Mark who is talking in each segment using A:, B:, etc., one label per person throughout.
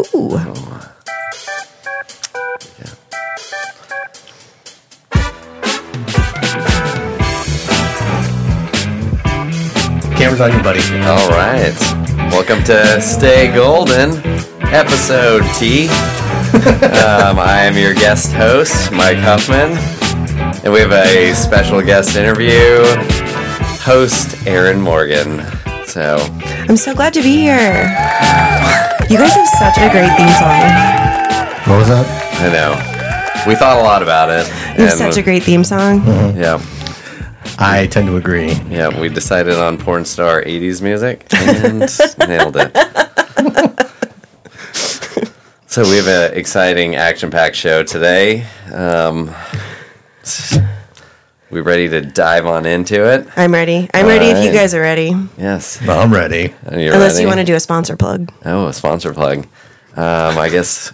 A: Ooh.
B: Camera's on you, buddy.
A: All right. Welcome to Stay Golden, episode T. um, I am your guest host, Mike Huffman. And we have a special guest interview, host Aaron Morgan. So,
C: I'm so glad to be here. You guys have such a great theme song.
B: What was that?
A: I know. We thought a lot about it.
C: You have
A: and-
C: such a great theme song.
A: Yeah.
B: I tend to agree.
A: Yeah, we decided on porn star 80s music and nailed it. so we have an exciting action-packed show today. Um, we ready to dive on into it?
C: I'm ready. I'm ready if you
A: Alright.
C: guys are ready.
A: Yes.
B: Well, I'm ready.
C: Unless you want to do a sponsor plug.
A: Oh, a sponsor plug. Um, I guess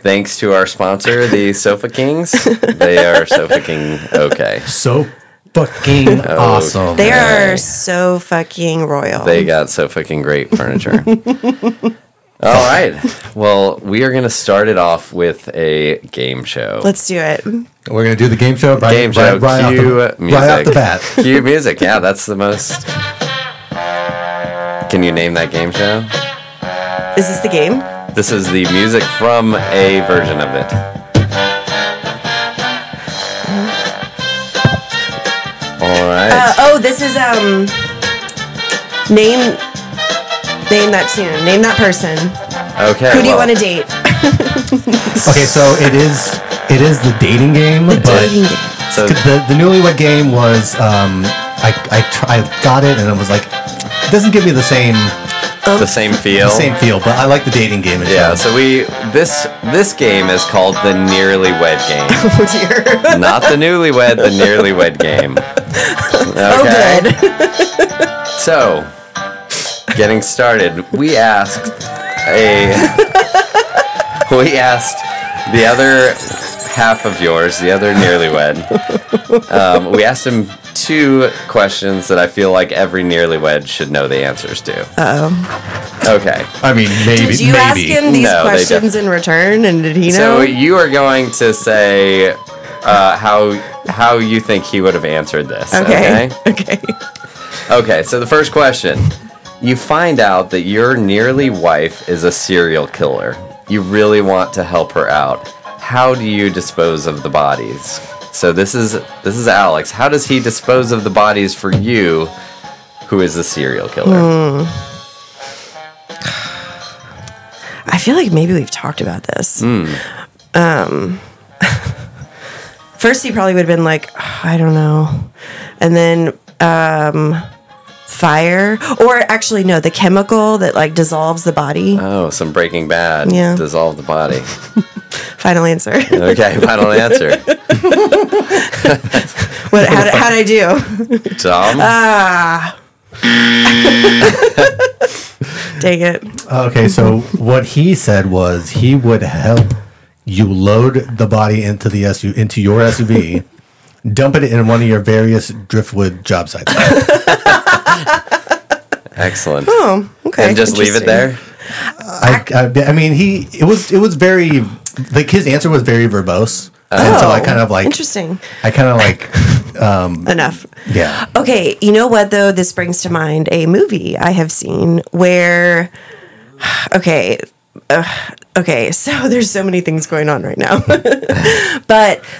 A: thanks to our sponsor, the Sofa Kings. They are Sofa King okay.
B: So fucking awesome.
C: They
A: Yay.
C: are so fucking royal.
B: Um,
A: They got so fucking great furniture. All right. Well, we are going to start it off with a game show.
C: Let's do it.
B: We're gonna do the game show. Right,
A: game show.
B: Right, right,
A: cue
B: off, the,
A: music.
B: right off the bat.
A: Cue music. Yeah, that's the most. Can you name that game show?
C: Is this the game?
A: This is the music from a version of it. All
C: Uh,
A: right.
C: oh, this is um. Name. Name that tune. Name that person.
B: Uh,
A: okay.
C: Who do you
A: well,
C: want to date?
B: Okay, so it is it is the dating game, but
C: Dating game.
A: So,
B: the the newlywed game was um I I, tr- I got it and it was like it doesn't give me the same
A: the same feel.
B: the same feel, but I like the dating game. it
A: Yeah,
B: does.
A: so we this this game is called the nearly wed game,
C: Oh dear.
A: not the newlywed, the nearly wed game.
C: Oh
A: Okay.
C: good.
A: So, getting started, we asked a we asked the other half of yours, the other nearly wed. Um, we asked him two questions that I feel like every nearly wed should know the answers to.
C: Oh.
A: Okay.
B: I mean maybe
C: Did you
B: maybe.
C: ask him these
A: No, they
C: questions in return, and did he know?
A: So you are going to say uh, how how you think he would have answered this.
C: okay.
A: okay.
C: Okay.
A: Okay, So the first question: You find out that your nearly wife is a serial killer. You really want to help her out. How do you dispose of the bodies? So this is this is Alex. How does he dispose of the bodies for you, who is the serial killer?
C: Hmm. I feel like maybe we've talked about this.
A: Hmm.
C: Um, first, he probably would have been like, "Ugh, I don't know. And then um, fire. Or actually, no, the chemical that like dissolves the body.
A: Oh, some Breaking Bad.
C: Yeah.
A: Dissolve the body.
C: Final answer.
A: Okay, final answer.
C: what, how, did- how'd I do?
A: Tom.
C: Uh, Dang it.
B: Okay, so what he said was he would help you load the body into the SU into your SUV, dump it in one of your various driftwood job sites.
A: Excellent.
C: Oh, okay.
A: and just leave it
C: interesting.
A: there.
B: I, I, I mean, he it was it was very like his answer was very verbose, and so I
C: Oh,
B: kind of like
C: Interesting.
B: I kind of like
C: Enough.
B: yeah.
C: Okay, you know what though? This brings to mind a movie I have seen where, okay, uh, okay. So there's so many things going on right now, but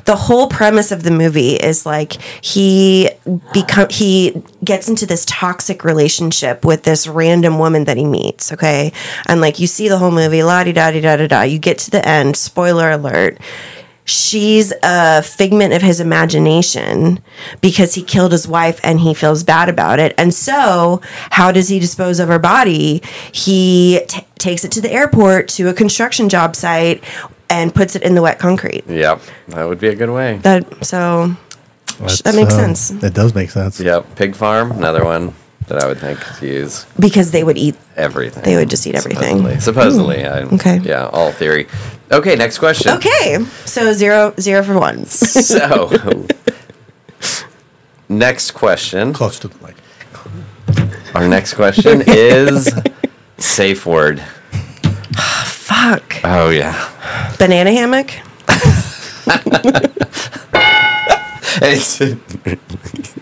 C: the whole premise of the movie is like he become he gets into this toxic relationship with this random woman that he meets. Okay, and like you see the whole movie, la di da di da da da. You get to the end. Spoiler alert she's a figment of his imagination because he killed his wife and he feels bad about it. And so, how does he dispose of her body? He t- takes it to the airport to a construction job site and puts it in the wet concrete.
A: Yep, that would be a good way.
C: That so that makes sense
B: um, That does make sense.
A: Yep, pig farm, another one that I would think to use
C: because they would eat
A: everything.
C: they would just eat everything. Hmm,
A: Supposedly, supposedly I,
C: okay.
A: Yeah, all theory. Okay, next question.
C: Okay. So zero zero for one.
A: So, next question.
B: Close to the mic.
A: Our next question is safe word.
C: Fuck.
A: Oh yeah,
C: Banana hammock?
A: it's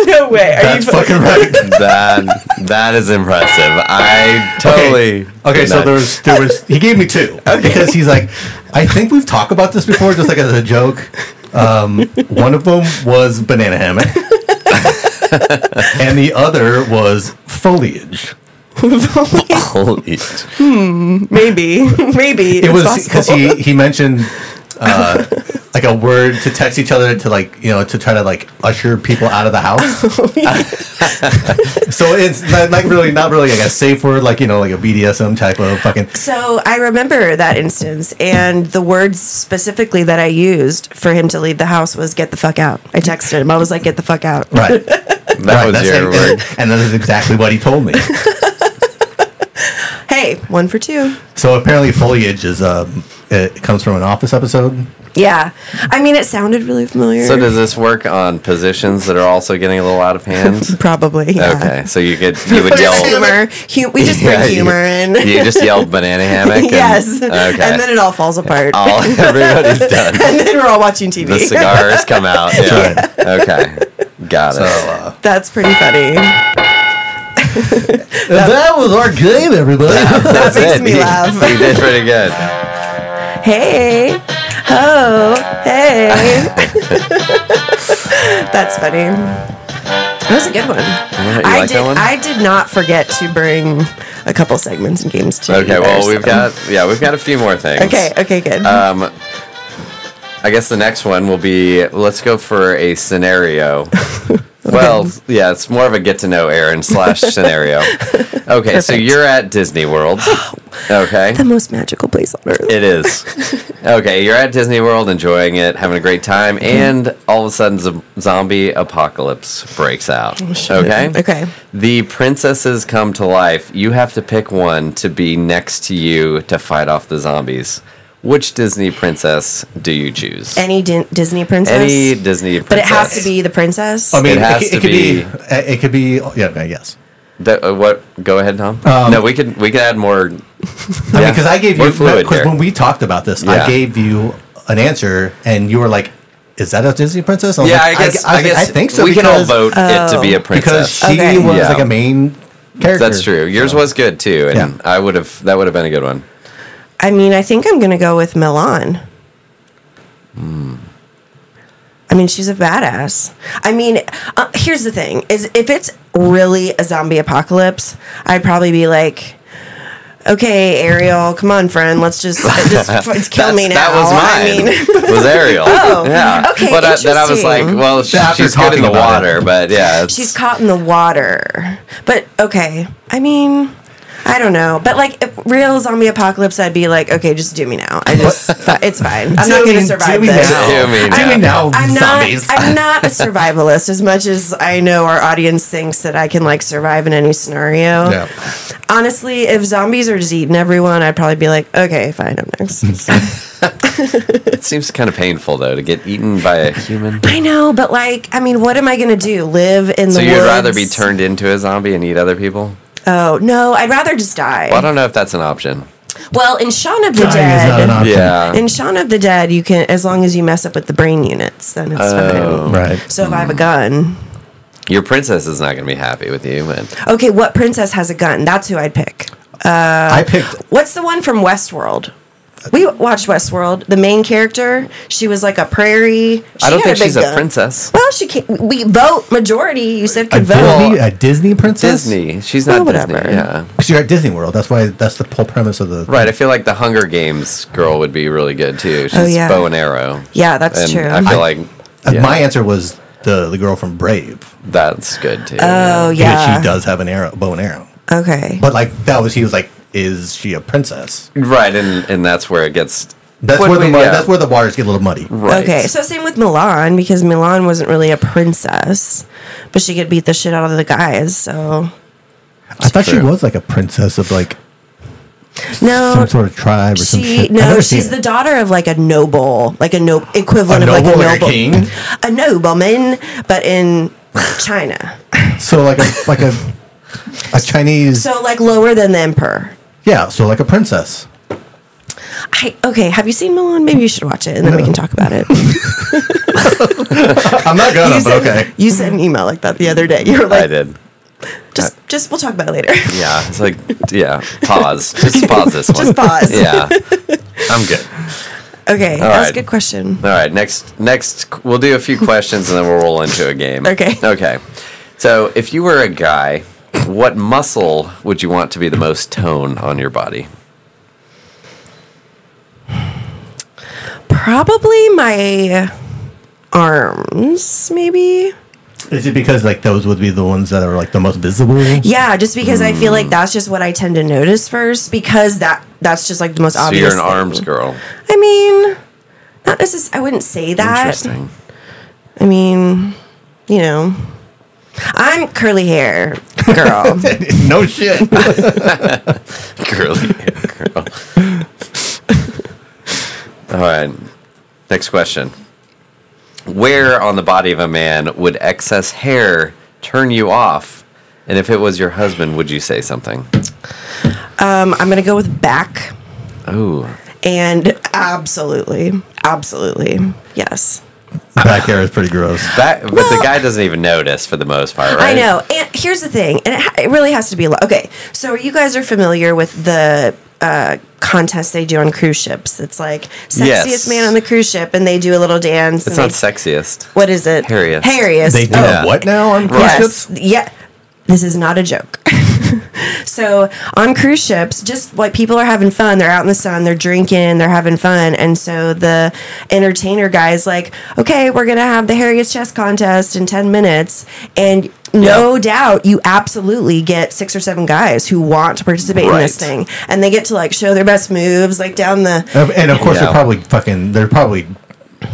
C: No way. Are
B: That's
C: you
B: fucking right.
A: that that is impressive. I totally
B: Okay, okay
A: did
B: so
A: not-
B: there was there was he gave me two because he's like, I think we've talked about this before, just like as a joke. Um, one of them was banana hammock, and the other was foliage.
A: Holy
C: maybe. Maybe.
B: It
C: it's
B: was
C: possible.
B: because he he mentioned. Uh, like a word to text each other to like you know to try to like usher people out of the house.
C: Oh,
B: so it's not, like really not really like a safe word like you know like a BDSM type of fucking
C: So I remember that instance, and the words specifically that I used for him to leave the house was "get the fuck out." I texted him. I was like, "Get the fuck out."
B: right.
A: That was
B: that's
A: your
B: like-
A: word.
B: And that is exactly what he told me.
C: Hey, one for two.
B: So apparently, foliage is um, it comes from an Office episode.
C: Yeah, I mean, it sounded really familiar.
A: So does this work on positions that are also getting a little out of hand?
C: probably. Yeah.
A: Okay, so you could you would
C: But
A: yell
C: it's humor. Hu- we just
A: Yeah,
C: bring humor in.
A: You, you just yelled banana hammock. and-
C: yes.
A: okay.
C: And then it all falls apart.
A: all everybody's done.
C: and then we're all watching TV.
A: The cigars come out. Yeah. Okay. Got
B: So
A: it.
B: uh,
C: That's pretty funny. That
B: that was our game, everybody.
A: That's
C: makes
A: it.
C: me
A: You-
C: laugh.
A: You did pretty good.
C: Hey. Oh, hey. That's funny. That was a good one.
A: you
C: I
A: like
C: did
A: that one?
C: I did not forget to bring a couple segments and games too.
A: Okay.
C: either,
A: Well,
C: so-
A: we've got yeah, we've got a few more things.
C: Okay, okay, good.
A: Um, I guess the next one will be let's go for a scenario. Well, yeah, it's more of a get to know Aaron slash scenario. Okay, so
C: Perfect.
A: you're at Disney World. Okay.
C: the most magical place on earth.
A: It is. Okay, you're at Disney World enjoying it, having a great time,
C: Mm-hmm.
A: and all of a sudden, z- zombie apocalypse breaks out. Okay?
C: Oh, Okay.
A: The princesses come to life. You have to pick one to be next to you to fight off the zombies. Which Disney princess do you choose?
C: Any Din Disney princess?
A: Any Disney princess.
C: but it has to be the princess.
B: I mean,
A: It has
B: it,
A: to
B: could be.
A: be-
B: uh, It could be. Yeah. Okay, yes.
A: That- uh, what? Go ahead, Tom.
B: Um,
A: no, we could we could add more.
B: I mean, because I gave you
A: We're fluid
B: because
A: here.
B: when we talked about this,
A: Yeah.
B: I gave you an answer, and you were like, "Is that a Disney princess?" was
A: Yeah, I
B: like,
A: guess.
B: I,
A: I,
B: was like,
A: guess
B: I think so.
A: We can all
B: because-
A: vote it to be
C: Oh.
A: a
B: because
A: princess.
B: she
C: Okay.
B: was
A: Yeah.
B: like a main character.
A: That's true. Yours was good too, and
B: Yeah.
A: I would have that would have been a good one.
C: I mean, I think I'm going to go with Milan. I mean, she's a badass. I mean, uh, here's the thing: is if it's really a zombie apocalypse, I'd probably be like, "Okay, Ariel, come on, friend, let's just, just f- kill me now."
A: That was
C: I
A: mine.
C: mean,
A: was Ariel.
C: Oh,
A: yeah.
C: okay,
A: But I, then I was like,
C: interesting.
A: well, she,
B: After
A: she's good in
B: talking
A: the
B: about it.
A: water, but yeah, it's-
C: she's caught in the water. But okay, I mean. I don't know, but like if real zombie apocalypse, I'd be like, okay, just do me now. I just, fi- it's fine. I'm not
B: Do
C: going to
B: me-
C: survive
B: do me
C: this.
B: now.
A: Do me
B: Do me now,
C: I'm
B: zombies.
C: not. I'm not a survivalist as much as I know our audience thinks that I can like survive in any scenario.
B: Yeah.
C: Honestly, if zombies are just eating everyone, I'd probably be like, okay, fine, I'm next.
A: it seems kind of painful though to get eaten by a human.
C: I know, but like, I mean, what am I gonna do? Live in the
A: So
C: woods?
A: you'd rather be turned into a zombie and eat other people?
C: Oh no, I'd rather just die.
A: Well, I don't know if that's an option.
C: Well, in Shaun of the
B: Dying is not an
C: Dead,
B: option.
A: Yeah.
C: in Shaun of the Dead, you can as long as you mess up with the brain units, then it's fine.
A: Oh.
B: Right.
C: So if I have a gun,
A: Your princess is not going to be happy with you, man.
C: okay, what princess has a gun? That's who I'd pick. Uh,
B: I picked
C: What's the one from Westworld? We watched Westworld. The main character, she was like a prairie. She
A: I don't
C: had
A: think
C: big
A: she's a
C: gun.
A: princess.
C: Well, she can't. We vote majority. You said
B: a
C: could vote.
B: Disney, a Disney princess.
A: Disney. She's not
C: Well, whatever.
A: Disney. Yeah.
B: Because you're at Disney World. That's why. That's the whole premise of the.
A: Right. I feel like the Hunger Games girl would be really good too. She's
C: Oh, yeah.
A: bow and arrow.
C: Yeah, that's
A: and
C: true.
A: I feel like
B: Uh,
A: yeah,
B: My answer was the the girl from Brave.
A: that's good too.
C: oh
B: because
C: yeah.
B: she does have an arrow, bow and arrow.
C: Okay.
B: But like that was he was like, is she a princess?
A: Right, and and that's where it gets.
B: That's
A: What
B: where the
A: we-
B: mud-
A: yeah.
B: that's where the waters get a little muddy.
A: Right.
C: Okay. So same with Milan because Milan wasn't really a princess, but she could beat the shit out of the guys. So
B: I thought she
A: true.
B: was like a princess of like
C: no.
B: some sort of tribe or some
C: She
B: shit. I've
C: no,
B: never
C: she's
B: seen
C: the
B: it.
C: daughter of like a noble, like a noble equivalent
B: A
C: of
B: noble,
C: like a
B: like a
C: noble,
B: king?
C: a nobleman, but in China.
B: so like a like a a Chinese
C: So like lower than the emperor.
B: yeah. So like a princess.
C: I, okay, have you seen Milan? Maybe you should watch it and then we can talk about it.
B: I'm not gonna,
C: you,
B: but
C: sent,
B: okay.
C: you sent an email like that the other day. You were
A: I
C: like,
A: did.
C: just, just we'll talk about it later.
A: Yeah, it's like yeah. Pause. Just pause this one.
C: Just pause.
A: Yeah, I'm good.
C: Okay, that was a
A: right.
C: good question.
A: All right, next next we'll do a few questions and then we'll roll into a game.
C: Okay.
A: Okay. So, if you were a guy, what muscle would you want to be the most tone on your body?
C: Probably my arms, maybe.
B: Is it because like those would be the ones that are like the most visible?
C: Yeah, just because I feel like
A: Hmm.
C: that's just what I tend to notice first because that that's just like the most
A: So
C: obvious.
A: you're an
C: thing.
A: arms girl.
C: I mean, not necessarily. I wouldn't say that.
A: Interesting.
C: I mean, you know, I'm curly hair girl.
B: no shit.
A: Girly hair girl. All right. Next question. Where on the body of a man would excess hair turn you off? And if it was your husband, would you say something?
C: um, I'm gonna go with back,
A: Oh,
C: and absolutely, absolutely, yes.
B: Back hair is pretty gross.
A: That, but the guy doesn't even notice for the most part, right?
C: I know. And here's the thing, and it, ha- it really has to be a lot. Okay, so you guys are familiar with the uh, contest they do on cruise ships. It's like sexiest
A: Yes.
C: man on the cruise ship, and they do a little dance. and
A: It's not
C: they-
A: sexiest.
C: What is it?
A: Hairiest.
C: Hairiest.
B: They do
C: Oh,
A: Yeah.
B: a what now on cruise
C: Yes.
B: ships?
C: Yeah. This is not a joke. so on cruise ships, just like people are having fun, they're out in the sun, they're drinking, they're having fun, and so the entertainer guy's like, "Okay, we're gonna have the hairiest chess contest in ten minutes," and no doubt you absolutely get six or seven guys who want to participate in this
A: Right.
C: thing, and they get to like show their best moves, like down the
B: Uh, And of course,
A: Yeah.
B: they're probably fucking. They're probably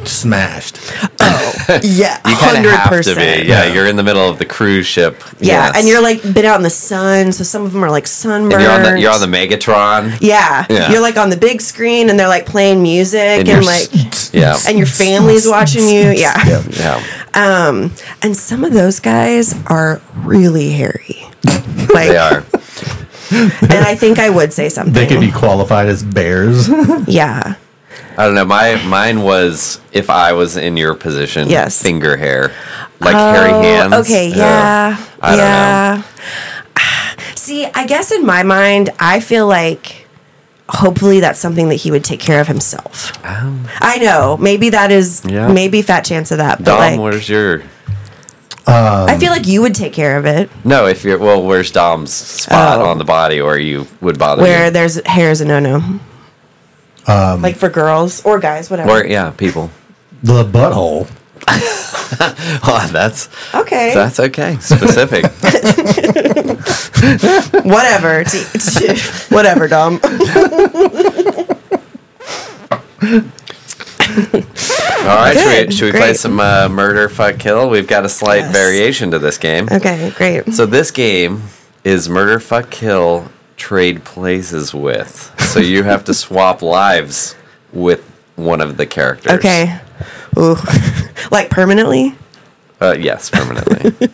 B: smashed.
C: yeah,
A: You kind of
C: hundred
A: have to be.
C: percent.
A: Yeah,
B: Yeah.
A: you're in the middle of the cruise ship.
C: Yeah,
A: Yes.
C: and you're like been out in the sun, so some of them are like sunburned.
A: And you're on the you're on the Megatron.
C: Yeah.
A: Yeah.
C: You're like on the big screen and they're like playing music and,
A: you're
C: like
A: s- yeah,
C: and your family's watching you. Yeah.
B: Yep.
A: yeah.
C: Um and some of those guys are really hairy. Like
A: They are.
C: and I think I would say something.
B: They could be qualified as bears.
C: yeah.
A: I don't know. My mine was if I was in your position.
C: Yes.
A: Finger hair, like hairy
C: Oh,
A: hands.
C: Okay, yeah.
A: I don't know.
C: yeah. See, I guess in my mind, I feel like hopefully that's something that he would take care of himself. I know. Maybe that is
A: Oh. Yeah.
C: maybe fat chance of that. But
A: Dom,
C: like,
A: where's your?
C: I feel like you would take care of it.
A: No, if you're well, where's Dom's spot
C: Oh.
A: on the body, or you would bother
C: where
A: you?
C: there's hair is a no no. like for girls or guys, whatever.
A: Um, Or yeah, people.
B: the butthole.
A: Oh, that's
C: okay,
A: that's okay. Specific.
C: whatever, T- t- whatever, Dom.
A: All right, should
C: Good,
A: we, should we play
C: great.
A: some uh, murder, fuck, kill? We've got a slight
C: Yes.
A: variation to this game.
C: okay, great.
A: So this game is murder, fuck, kill, trade places with. So you have to swap lives with one of the characters.
C: Okay, ooh, like permanently.
A: Uh, yes, permanently.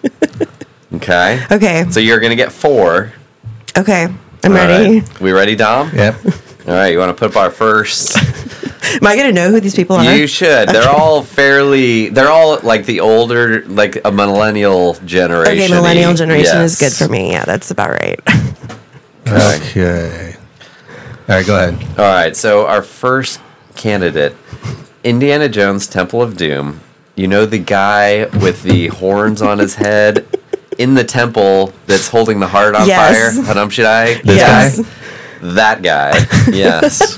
A: okay.
C: Okay,
A: So you're gonna get four.
C: okay, I'm
A: All
C: ready.
A: right. We ready, Dom?
B: Yep.
A: All right. You want to put up our first?
C: Am I gonna know who these people are?
A: You should. They're all fairly. They're all like the older, like a millennial generation.
C: okay, millennial generation is good for me. Yeah, that's about right.
B: Okay. All right, go ahead.
A: All right, so our first candidate, Indiana Jones Temple of Doom. You know the guy with the horns on his head in the temple that's holding the heart on
C: Yes.
A: fire? Hanumshidai? This
C: Yes.
A: guy? That guy. Yes.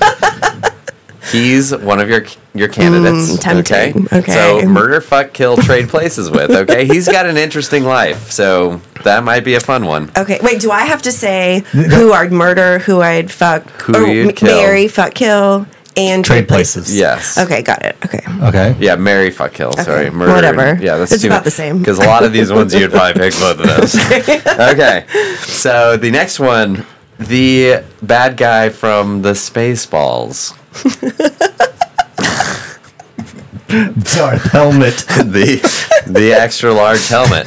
A: He's one of your your candidates.
C: Mm, tempting. Okay.
A: So murder, fuck, kill, trade places with. Okay. He's got an interesting life, so that might be a fun one.
C: Okay, wait. Do I have to say who I'd murder, who I'd fuck,
A: Who
C: or
A: you'd
C: m-
A: kill.
C: marry, fuck, kill, and
B: Trade places.
A: Yes.
C: Okay, got it. Okay.
B: Okay.
A: Yeah, Mary fuck kill. Sorry, murder.
C: whatever.
A: Yeah, that's
C: It's about the same.
A: Because a lot of these ones you'd probably pick both of those. okay, so the next one, the bad guy from the Spaceballs,
B: Darth helmet.
A: the the extra large helmet.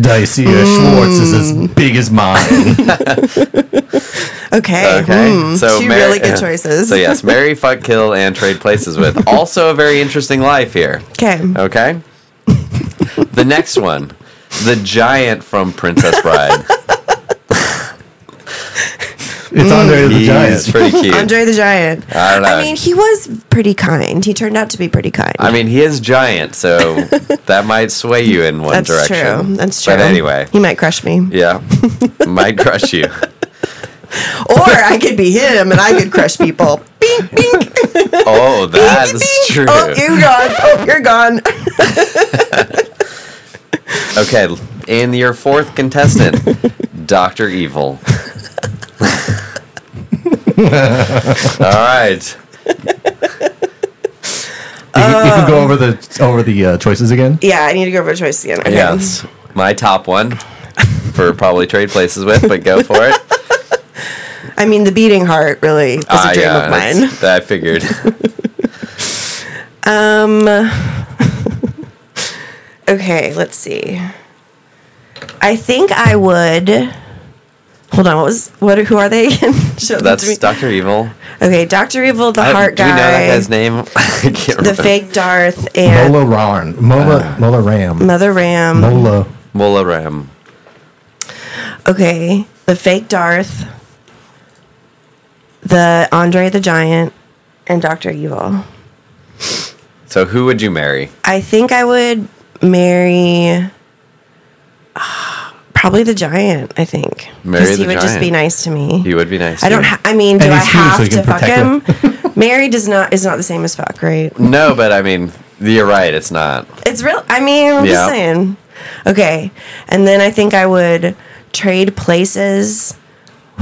B: Dacia Schwartz is as big as mine.
C: Okay.
A: Okay,
C: hmm,
A: so
C: two
A: Mary-
C: really good choices.
A: So yes, marry, fuck, kill, and trade places with. Also, a very interesting life here.
C: Okay.
A: Okay. the next one, the giant from Princess Bride.
B: It's Andre the
A: He's
B: Giant.
A: pretty cute.
C: Andre the Giant.
A: I don't know.
C: I mean, he was pretty kind. He turned out to be pretty kind.
A: I mean, he is giant, so that might sway you in one
C: That's
A: direction.
C: true. That's true.
A: But anyway,
C: he might crush me,
A: yeah, might crush you.
C: or I could be him and I could crush people. Bing, bing.
A: Oh, that's
C: Ding,
A: true.
C: ding. Oh, you're gone. Oh, you're gone.
A: Okay, and your fourth contestant, Dr. Evil. All right.
B: You, can- you can go over the over the uh, choices again.
C: Yeah, I need to go over a choice again. Okay.
A: Yes. My top one for probably trade places with, but go for it.
C: I mean, the beating heart really is
A: Ah,
C: a dream
A: yeah,
C: of
A: that's-
C: mine.
A: That I figured.
C: Okay, let's see. I think I would. Hold on. What was what? Who are they again? Show them to me.
A: That's Dr. Evil.
C: Okay, Doctor Evil, the
A: I-
C: heart
A: Do we know that
C: guy,
A: guy's name? I can't
C: the
A: remember.
C: fake Darth, and
B: Mola Ron. Mola
A: Ah.
B: Mola Ram.
C: Mother Ram.
B: Mola.
A: Mola Ram.
C: Okay, the fake Darth, the Andre the Giant, and Doctor Evil.
A: So who would you marry?
C: I think I would marry ah, probably the giant. I think
A: Marry
C: because he
A: the
C: would just be
A: giant.
C: nice to me.
A: He would be nice.
C: I
A: to
C: don't.
A: you.
C: Ha- I mean, do
B: And
C: I
B: he's huge, so
C: have
B: you
C: to
B: can
C: fuck him?
B: protect
C: Mary does not is not the same as fuck, right?
A: no, but I mean, you're right. It's not.
C: It's real. I mean, I'm
A: Yeah.
C: just saying. Okay, and then I think I would trade places.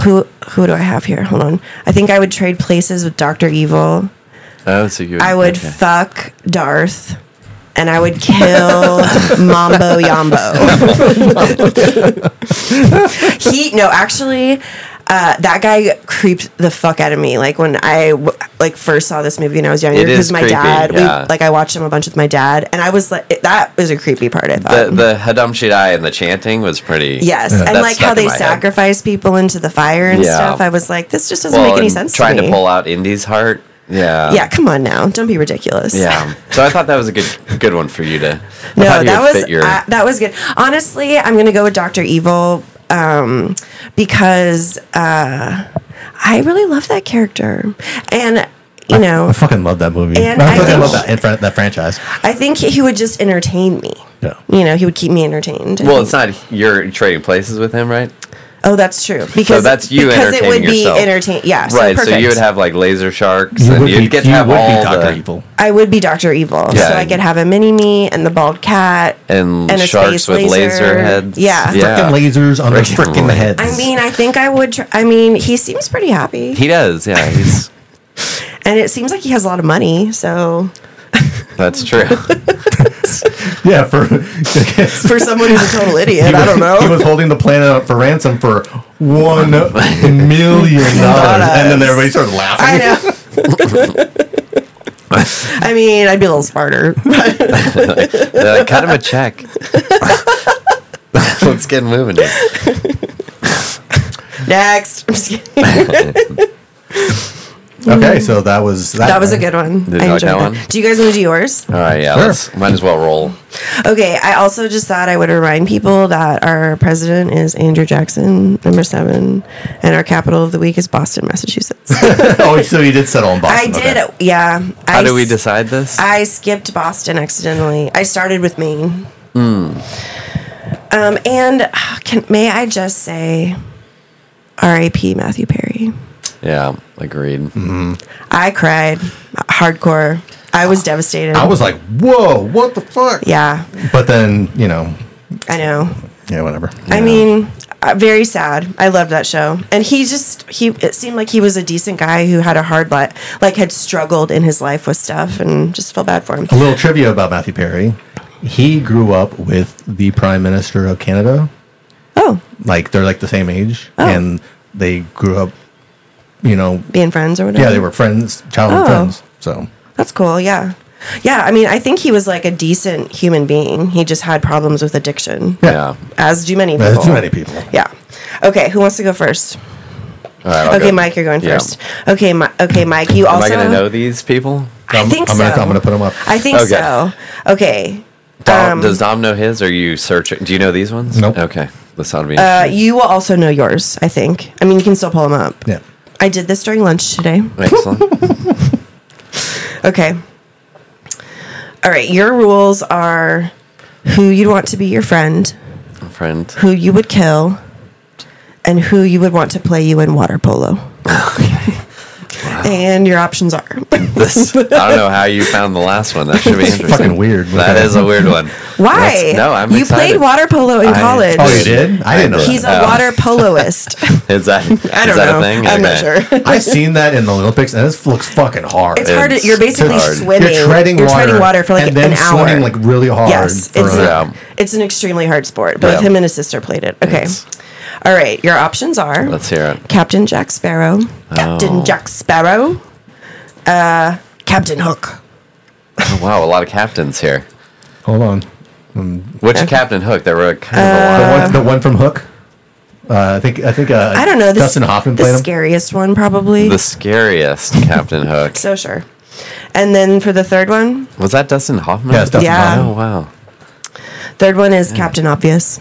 C: Who who do I have here? Hold on. I think I would trade places with Doctor Evil.
A: Oh, so you. Would,
C: I would
A: okay.
C: fuck Darth, and I would kill Mambo Yambo. he no, actually, uh, that guy creeped the fuck out of me. Like when I w- like first saw this movie when I was younger,
A: It is
C: because my
A: creepy,
C: dad,
A: yeah.
C: we, like I watched him a bunch with my dad, and I was like, it- that was a creepy part. I
A: the
C: thought.
A: the Hadam Shidai and the chanting was pretty.
C: Yes,
A: that
C: and like
A: stuck
C: how
A: in
C: they
A: my head.
C: sacrifice people into the fire and
A: Yeah.
C: stuff. I was like, this just doesn't
A: Well,
C: make any
A: and
C: sense.
A: Trying
C: to,
A: to,
C: me.
A: pull out Indy's heart. Yeah.
C: Yeah, come on now, don't be ridiculous.
A: Yeah. So I thought that was a good good one for you to. I
C: No,
A: thought you
C: that
A: would
C: was
A: fit your-
C: uh, that was good. Honestly, I'm gonna go with Doctor Evil um, because uh, I really love that character, and you know,
B: I fucking love that movie.
C: And
B: I
C: I
B: fucking
C: think-
B: love that, infra- that franchise.
C: I think he would just entertain me.
B: Yeah.
C: You know, he would keep me entertained.
A: well, it's not you're trading places with him, right?
C: oh, that's true. Because
A: that's you
C: because it would
A: entertaining yourself.
C: be entertain. Yeah, so
A: right.
C: Perfect.
A: So you would have like laser sharks,
B: You
A: and
B: would
A: you'd
B: be,
A: get to
B: you
A: have
B: would
A: all
B: be Doctor
A: the
B: Evil.
C: I would be Doctor Evil,
A: Yeah,
C: so I
A: and-
C: could have a mini me and the bald cat
A: and,
C: and a
A: sharks
C: space
A: with laser,
C: laser.
A: heads.
C: Yeah.
B: Frickin' lasers on their freaking heads.
C: I mean, I think I would. Tr- I mean, he seems pretty happy,
A: He does. Yeah. He's
C: and it seems like he has a lot of money. So
A: that's true.
B: yeah, for
C: for someone who's a total idiot. I don't
B: He
C: know.
B: was holding the planet up for ransom for one million dollars, and then everybody started laughing.
C: I know. I mean, I'd be a little smarter.
A: They're like, cut him a check. Let's get moving. here.
C: Next. I'm just kidding.
B: Okay, so that was that.
C: That was a good one.
A: Did you
C: I enjoyed
A: like that
C: that.
A: one?
C: Do you guys want to do yours?
A: All right. Yeah.
B: Sure.
A: Let's might as well roll.
C: Okay. I also just thought I would remind people that our president is Andrew Jackson, number seven, and our capital of the week is Boston, Massachusetts.
B: oh, so you did settle on
C: I
B: Boston.
C: did.
B: okay.
C: Yeah.
A: How
C: I
A: do we
C: s-
A: decide this?
C: I skipped Boston accidentally. I started with Maine. Um, and ah, can, may I just say, R.A.P. Matthew Perry.
A: yeah. Agreed.
B: Mm-hmm.
C: I cried hardcore. I was devastated.
B: I was like, whoa, what the fuck?
C: yeah,
B: But then you know,
C: I know.
B: yeah, whatever.
C: I mean, uh, very sad. I loved that show, and he just he. It seemed like he was a decent guy who had a hard life, like had struggled in his life with stuff, and just felt bad for him.
B: A little trivia about Matthew Perry. He grew up with the Prime Minister of Canada.
C: Oh,
B: Like they're like the same age,
C: Oh.
B: and they grew up. You know,
C: being friends or whatever.
B: yeah, they were friends, childhood
C: Oh.
B: friends. So
C: That's cool. Yeah. Yeah, I mean, I think he was like a decent human being. He just had problems with addiction,
A: Yeah.
C: as do many people.
B: That's too many people.
C: Yeah. Okay, who wants to go first?
A: All right, I'll
C: Okay,
A: go.
C: Mike, you're going
A: Yeah.
C: first. Okay, Mi- okay, Mike, you
A: Am
C: also.
A: I going to know these people?
C: I think
B: I'm
C: so.
B: gonna, I'm gonna put them up.
C: I think
A: Okay.
C: so. Okay. Um,
A: Dom, does Dom know his? Or are you searching? Do you know these ones?
B: Nope.
A: Okay. This ought to be
C: Uh,
A: interesting.
C: you will also know yours, I think. I mean, you can still pull them up.
B: yeah.
C: I did this during lunch today.
A: Excellent.
C: Okay. All right, your rules are who you'd want to be your friend,
A: Friend.
C: who you would kill, and who you would want to play you in water polo. And your options are
A: This, I don't know how you found the last one. That should be interesting.
B: fucking weird.
A: That is a weird one.
C: why?
A: That's- no, I'm
C: you
A: excited.
C: played water polo in
A: I-
C: college.
B: Oh, you did? I didn't know
C: He's
B: that.
C: a
A: Oh.
C: water poloist.
A: Is that,
C: I
A: is
C: don't
A: that
C: know.
A: a thing?
C: I'm
A: Okay.
C: not sure.
B: I've seen that in the Olympics, and this looks fucking hard.
C: It's hard.
A: It's
C: You're basically
A: hard.
C: swimming.
B: You're treading water,
C: for like
B: and then
C: an hour.
B: swimming like really hard.
C: yes,
B: for
C: it's
B: a-
A: Yeah.
C: it's an extremely hard sport. Both
A: Yeah.
C: him and his sister played it. Okay.
A: Yes.
C: All right. Your options are
A: Let's hear it.
C: Captain Jack Sparrow,
A: Oh.
C: Captain Jack Sparrow, uh, Captain Hook.
A: Oh, wow, a lot of captains here.
B: Hold on, the
A: Which Captain Hook? There were kind of a lot.
B: one, the one from Hook. Uh, I think I think uh,
C: I don't know. This,
B: Dustin Hoffman
C: the
B: played him.
C: scariest one probably.
A: The scariest Captain Hook.
C: so sure. And then for the third one,
A: Was that Dustin Hoffman?
B: Yeah, it's Dustin
C: Yeah.
B: Hoffman.
A: Oh wow.
C: third one is Captain Obvious.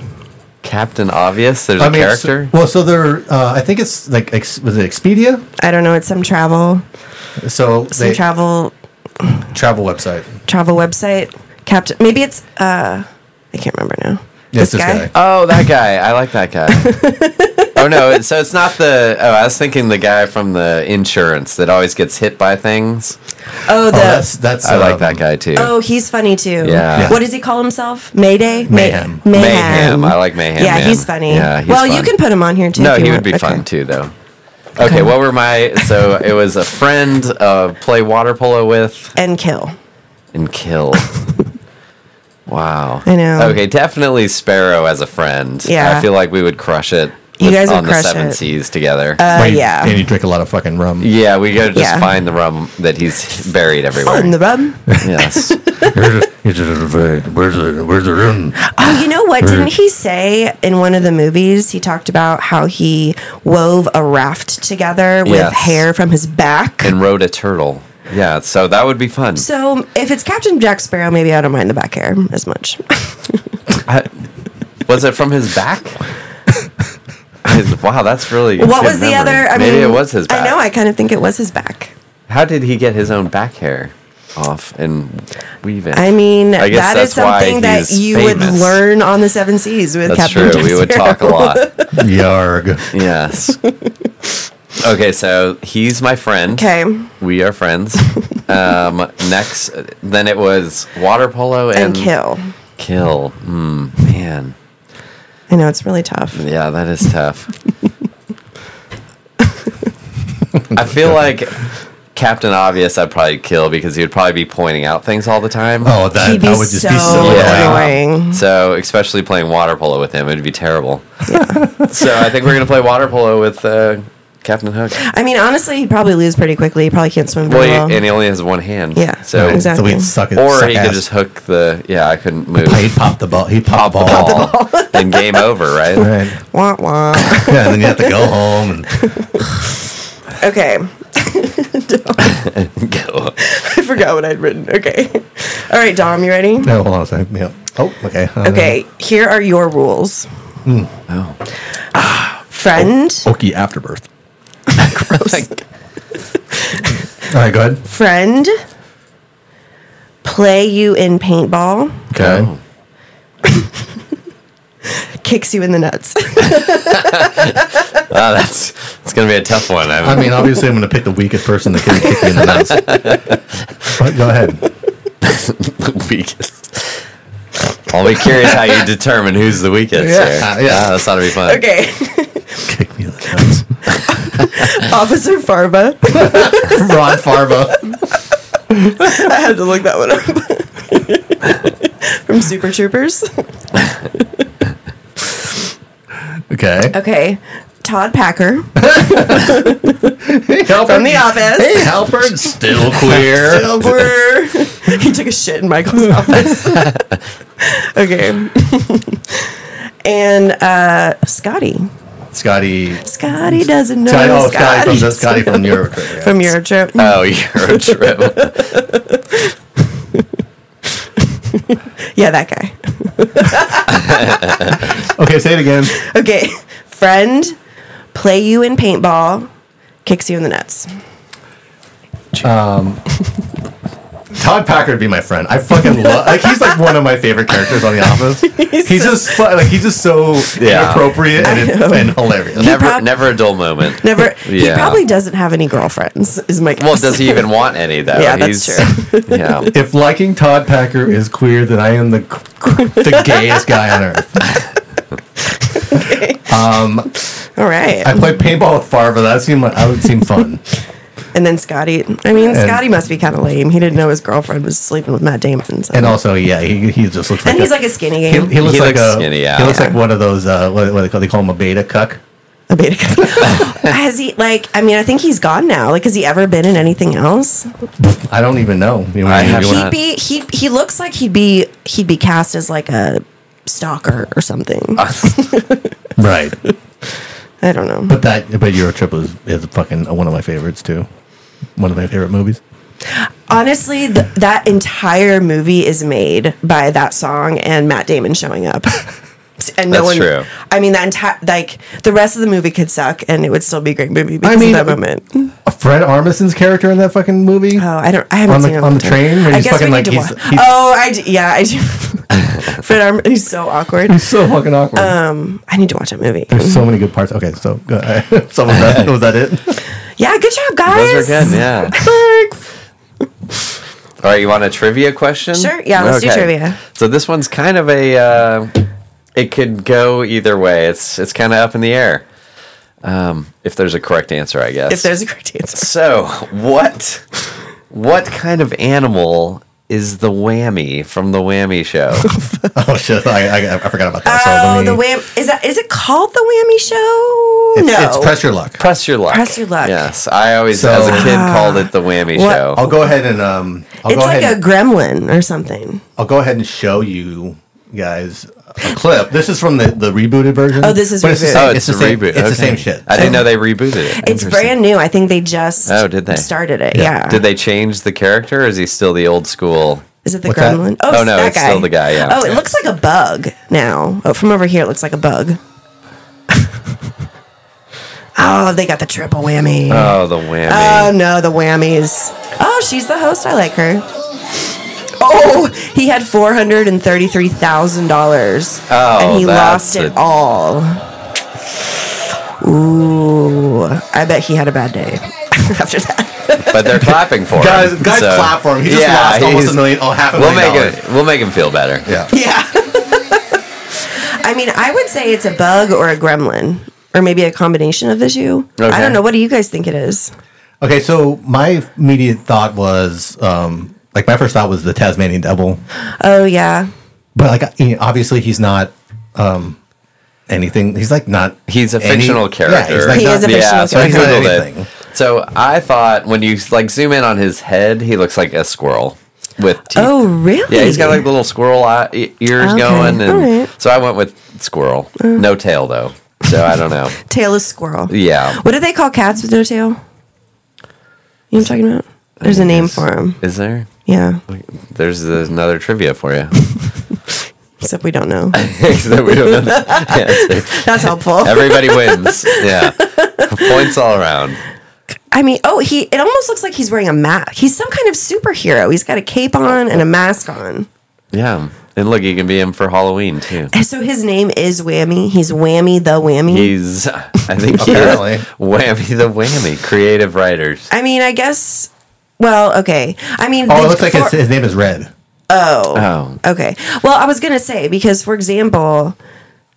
A: Captain Obvious. There's
B: I
A: a
B: mean, it's-
A: character.
B: well, so there. Uh, I think it's like ex, was it Expedia?
C: I don't know. It's some travel,
B: So
C: some
B: they
C: travel
B: travel website.
C: travel website. Captain, maybe it's uh, I can't remember now.
B: Yes, this guy.
A: Oh, that guy. I like that guy. oh no, it, so it's not the. Oh, I was thinking the guy from the insurance that always gets hit by things.
C: Oh,
B: Oh,
C: the
B: that's that's.
A: I like
B: um,
A: that guy too.
C: oh, he's funny too.
A: Yeah. Yeah.
C: What does he call himself? Mayday. May-
B: Mayhem.
A: Mayhem. I like Mayhem.
C: Yeah,
A: Man.
C: he's funny.
A: Yeah, he's
C: well, you
A: fun.
C: can put him on here too.
A: No,
C: if you
A: he would
C: want.
A: be
C: Okay.
A: fun too, though. Okay, what were my? So it was a friend, uh, play water polo with,
C: And kill.
A: and kill. wow.
C: I know.
A: Okay, definitely Sparrow as a friend.
C: Yeah.
A: I feel like we would crush it.
C: You guys would
A: on
C: crush
A: the seven
C: it.
A: seas together.
C: Uh,
B: Wait,
C: yeah.
B: and you drink a lot of fucking rum.
A: yeah, we gotta just
C: yeah.
A: find the rum that he's buried everywhere.
C: On Oh, the rum.
A: yes.
B: Where's it? Where's it? Where's it? in?
C: Oh, you know what? Didn't he say in one of the movies? He talked about how he wove a raft together with
A: Yes.
C: hair from his back.
A: and rode a turtle. Yeah, so that would be fun.
C: so if it's Captain Jack Sparrow, maybe I don't mind the back hair as much.
A: I- was it from his back? His- wow, that's really
C: what
A: good
C: was the
A: memory.
C: other? I
A: Maybe
C: mean,
A: it was his back.
C: I know. I kind of think it was his back.
A: How did he get his own back hair off and weave it?
C: I mean,
A: I guess
C: that is
A: that's why
C: something that
A: he's
C: you would
A: famous.
C: learn on the Seven Seas with
A: that's
C: Captain
A: true.
C: Jack
A: We would
C: Sparrow.
A: talk a lot.
B: Yarg.
A: Yes. okay, so he's my friend.
C: Okay.
A: We are friends. Um, next, then it was water polo
C: And
A: and,
C: kill.
A: Kill. Mm, man.
C: I know it's really tough.
A: Yeah, that is tough. I feel like Captain Obvious I'd probably kill because he would probably be pointing out things all the time.
B: Oh, that,
C: He'd be
B: that would just
C: so
B: be so
C: Yeah.
B: annoying.
C: annoying.
A: So, especially playing water polo with him, it'd be terrible. so, I think we're going to play water polo with uh, Captain Hook.
C: I mean, honestly, he'd probably lose pretty quickly. He probably can't swim
A: Well,
C: very well.
A: he, and he only has one hand.
C: Yeah,
A: So,
C: exactly.
B: So we'd suck it.
A: or
B: suck
A: he
B: ass.
A: could just hook the. Yeah, I couldn't move.
B: He'd pop the ball. He'd pop,
A: Pop the ball. and game over, right?
B: Right.
C: wah, wah.
B: Yeah, and then you have to go home. And
C: okay.
A: Go.
C: I forgot what I'd written. Okay. All right, Dom, you ready?
B: no, hold on a second. Yeah. Oh, okay. Uh,
C: Okay, here are your rules.
A: Oh.
C: Friend,
B: Okie afterbirth.
A: Gross.
B: All right, go ahead.
C: friend, play you in paintball,
B: Okay.
C: kicks you in the nuts.
A: Oh, that's it's gonna be a tough one. I,
B: I mean, obviously, I'm going to pick the weakest person that can kick you in the nuts. But go ahead.
A: the weakest. I'll be curious how you determine who's the weakest.
B: Yeah.
A: here.
B: Uh, yeah.
A: Ah, that's ought to be fun.
C: okay.
B: Kick me in the
C: Officer Farva.
B: nuts. Ron Farva.
C: I had to look that one up. From Super Troopers.
B: Okay.
C: Okay. Todd Packer
B: Hey, Halpern.
C: from The Office.
B: Hey, Halpern. Still queer.
C: Silver. he took a shit in Michael's office. okay. and uh, Scotty.
B: Scotty.
C: Scotty doesn't know.
B: Scotty, oh, Scotty from the
C: doesn't know.
B: Scotty from Uh, Eurotrip. yeah.
C: From Eurotrip.
A: Oh, Euro trip.
C: yeah, that guy.
B: Okay, say it again.
C: Okay. Friend, play you in paintball, kicks you in the nuts.
B: Todd Packard would be my friend. I fucking love. Like he's like one of my favorite characters on The Office. He's, just fu- like he's just so
A: Yeah.
B: inappropriate and,
C: I know.
B: and hilarious.
A: never,
C: prob-
A: never a dull moment.
C: Never. He
A: Yeah.
C: probably doesn't have any girlfriends. Is my guess.
A: Well, does he even want any though?
C: Yeah, that's
A: true. Yeah.
B: If liking Todd Packer is queer, then I am the the gayest guy on earth.
C: All right.
B: I played paintball with Farva. That seemed like that would seem fun.
C: and then Scotty. I mean, Scotty must be kind of lame. He didn't know his girlfriend was sleeping with Matt Damon. So.
B: And also, yeah, he, he just looks like
C: And he's like a skinny
B: he,
C: game.
B: he looks
A: He
B: like
A: looks
B: a
A: skinny, yeah.
B: he looks
C: Yeah.
B: like one of those uh, what, what they call they call him a beta cuck.
C: A beta guy. Has he like? I mean, I think he's gone now. Like, has he ever been in anything else?
B: I don't even know. You know
A: I
B: you
A: have-
B: wanna-
C: He'd be he he looks like he'd be he'd be cast as like a stalker or something.
B: right,
C: I don't know.
B: but that but Euro Trip is, is fucking one of my favorites too. One of my favorite movies.
C: Honestly, th- that entire movie is made by that song and Matt Damon showing up. And no
A: That's
C: one,
A: true.
C: I mean, that entire like the rest of the movie could suck, and it would still be a great movie because
B: mean-
C: of that moment.
B: Uh, Fred Armisen's character in that fucking movie.
C: Oh, I don't. I haven't
B: On the-
C: seen it
B: on the
C: time.
B: train where
C: I
B: he's
C: guess we
B: fucking,
C: need
B: like,
C: to
B: he's-
C: watch-
B: he's-
C: oh, I d- yeah, I do. Fred Arm, he's so awkward.
B: It's so fucking awkward.
C: Um. I need to watch that movie.
B: There's so many good parts. Okay, so uh, so was that, was that it?
C: Yeah, good job,
A: Those
C: guys.
A: are good. Yeah.
C: Thanks.
A: All right, you want a trivia question?
C: Sure, yeah, let's do trivia.
A: So this one's kind of a uh, it could go either way. It's it's kind of up in the air. Um, if there's a correct answer, I guess.
C: If there's a correct answer,
A: so, what what kind of animal is the whammy from the Whammy Show?
B: Oh shit, I, I, I forgot about that.
C: oh,
B: so
C: the
B: let me,
C: wham is that is it called the whammy show?
B: it's,
C: no,
B: it's press your luck.
A: Press your luck.
C: Press your luck.
A: Yes, I always
B: So-
A: as a kid called it the Whammy
C: What-
A: Show.
B: I'll go ahead and um, I'll
C: It's
B: go
C: like
B: ahead.
C: a gremlin or something.
B: I'll go ahead and show you guys a clip. This is from the, the rebooted version.
C: Oh, this is
B: But it's the
C: rebooted.
B: same-
A: oh, it's,
B: the
A: a
B: same-
A: reboot.
B: It's the
A: Okay.
B: same shit.
A: I didn't know they rebooted it.
C: It's brand new. I think they just
A: Oh, did they?
C: started it? Yeah.
A: Did they change the character? or Is he still the old school?
C: Is it the
B: What's that?
C: gremlin?
A: Oh,
C: it's
A: no,
C: that
A: it's still the guy, yeah.
C: Oh, it looks like a bug now. Oh, from over here, it looks like a bug. oh, they got the triple whammy.
A: Oh, the whammy.
C: oh no, the whammies. Oh, she's the host. I like her. Oh, he had four hundred and thirty-three thousand dollars,
A: Oh,
C: and he lost
A: that's
C: it
A: a-
C: all. Ooh, I bet he had a bad day after that.
A: but they're clapping for
B: Guys,
A: him.
B: guys,
A: so-
B: clap for him. He just lost almost
A: he's-
B: a million, oh, half a
A: We'll
B: million
A: make
B: dollars.
A: it. We'll make him feel better.
B: Yeah.
C: Yeah. I mean, I would say it's a bug or a gremlin, or maybe a combination of the two.
A: Okay.
C: I don't know. What do you guys think it is?
B: Okay, so my immediate thought was um, like my first thought was the Tasmanian devil,
C: Oh yeah,
B: but like you know, obviously he's not um, anything. He's like not.
A: He's a
B: any-
A: fictional character.
B: Yeah, he's like
C: He
B: not,
C: is a fictional
A: yeah, so I
B: character.
A: googled
B: Anything.
A: it. So I thought when you like zoom in on his head, he looks like a squirrel with teeth.
C: Oh, really?
A: Yeah, he's got like the little squirrel eye, e- ears
C: Okay,
A: going, and
C: alright. Mm.
A: so I went with squirrel. No tail though, so I don't know.
C: tail is squirrel.
A: Yeah,
C: What do they call cats with no tail? You know what I'm talking about? There's a name for them.
A: is there?
C: Yeah,
A: There's, there's another trivia for you.
C: except we don't know.
A: So we don't know the answer.
C: That's helpful.
A: Everybody wins. Yeah. Points all around.
C: I mean, oh, he. It almost looks like he's wearing a mask. He's some kind of superhero. He's got a cape on and a mask on.
A: Yeah. And look, you can be him for Halloween too.
C: And so his name is Whammy. He's Whammy the Whammy.
A: He's, I think he is
B: Apparently.
A: whammy the whammy. Creative writers.
C: I mean, I guess. Well, okay. I mean,
B: Oh,
C: they-
B: it looks like his,
C: for-
B: his name is Red.
A: Oh,
C: okay. Well, I was gonna say because, for example,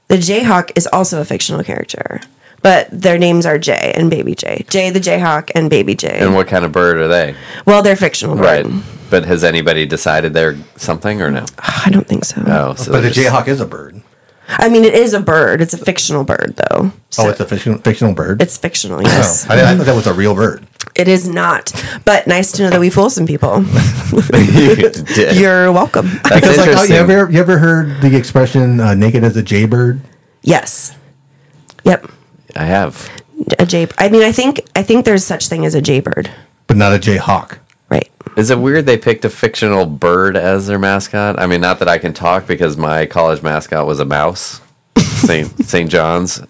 C: the Jayhawk is also a fictional character, but their names are Jay and Baby Jay. Jay the Jayhawk and Baby Jay.
A: and what kind of bird are they?
C: well, they're fictional,
A: Right.
C: right?
A: But has anybody decided they're something or no?
C: I don't think so.
A: Oh, so
B: But the
A: they're just-
B: Jayhawk is a bird.
C: I mean, it is a bird. It's a fictional bird, though. So
B: oh, it's a fictional, fictional bird.
C: it's fictional.
B: Oh,
C: Yes,
B: I, I thought that was a real bird.
C: it is not. But nice to know that we fool some people.
A: You did.
C: You're welcome.
A: That's
B: Because like, oh, you
A: interesting.
B: ever you ever heard the expression uh, "naked as a jaybird"?
C: yes. Yep.
A: I have.
C: A jay. I mean, I think I think there's such thing as a jaybird,
B: but not a jayhawk.
C: right?
A: Is it weird they picked a fictional bird as their mascot? I mean, not that I can talk because my college mascot was a mouse. St. St. John's.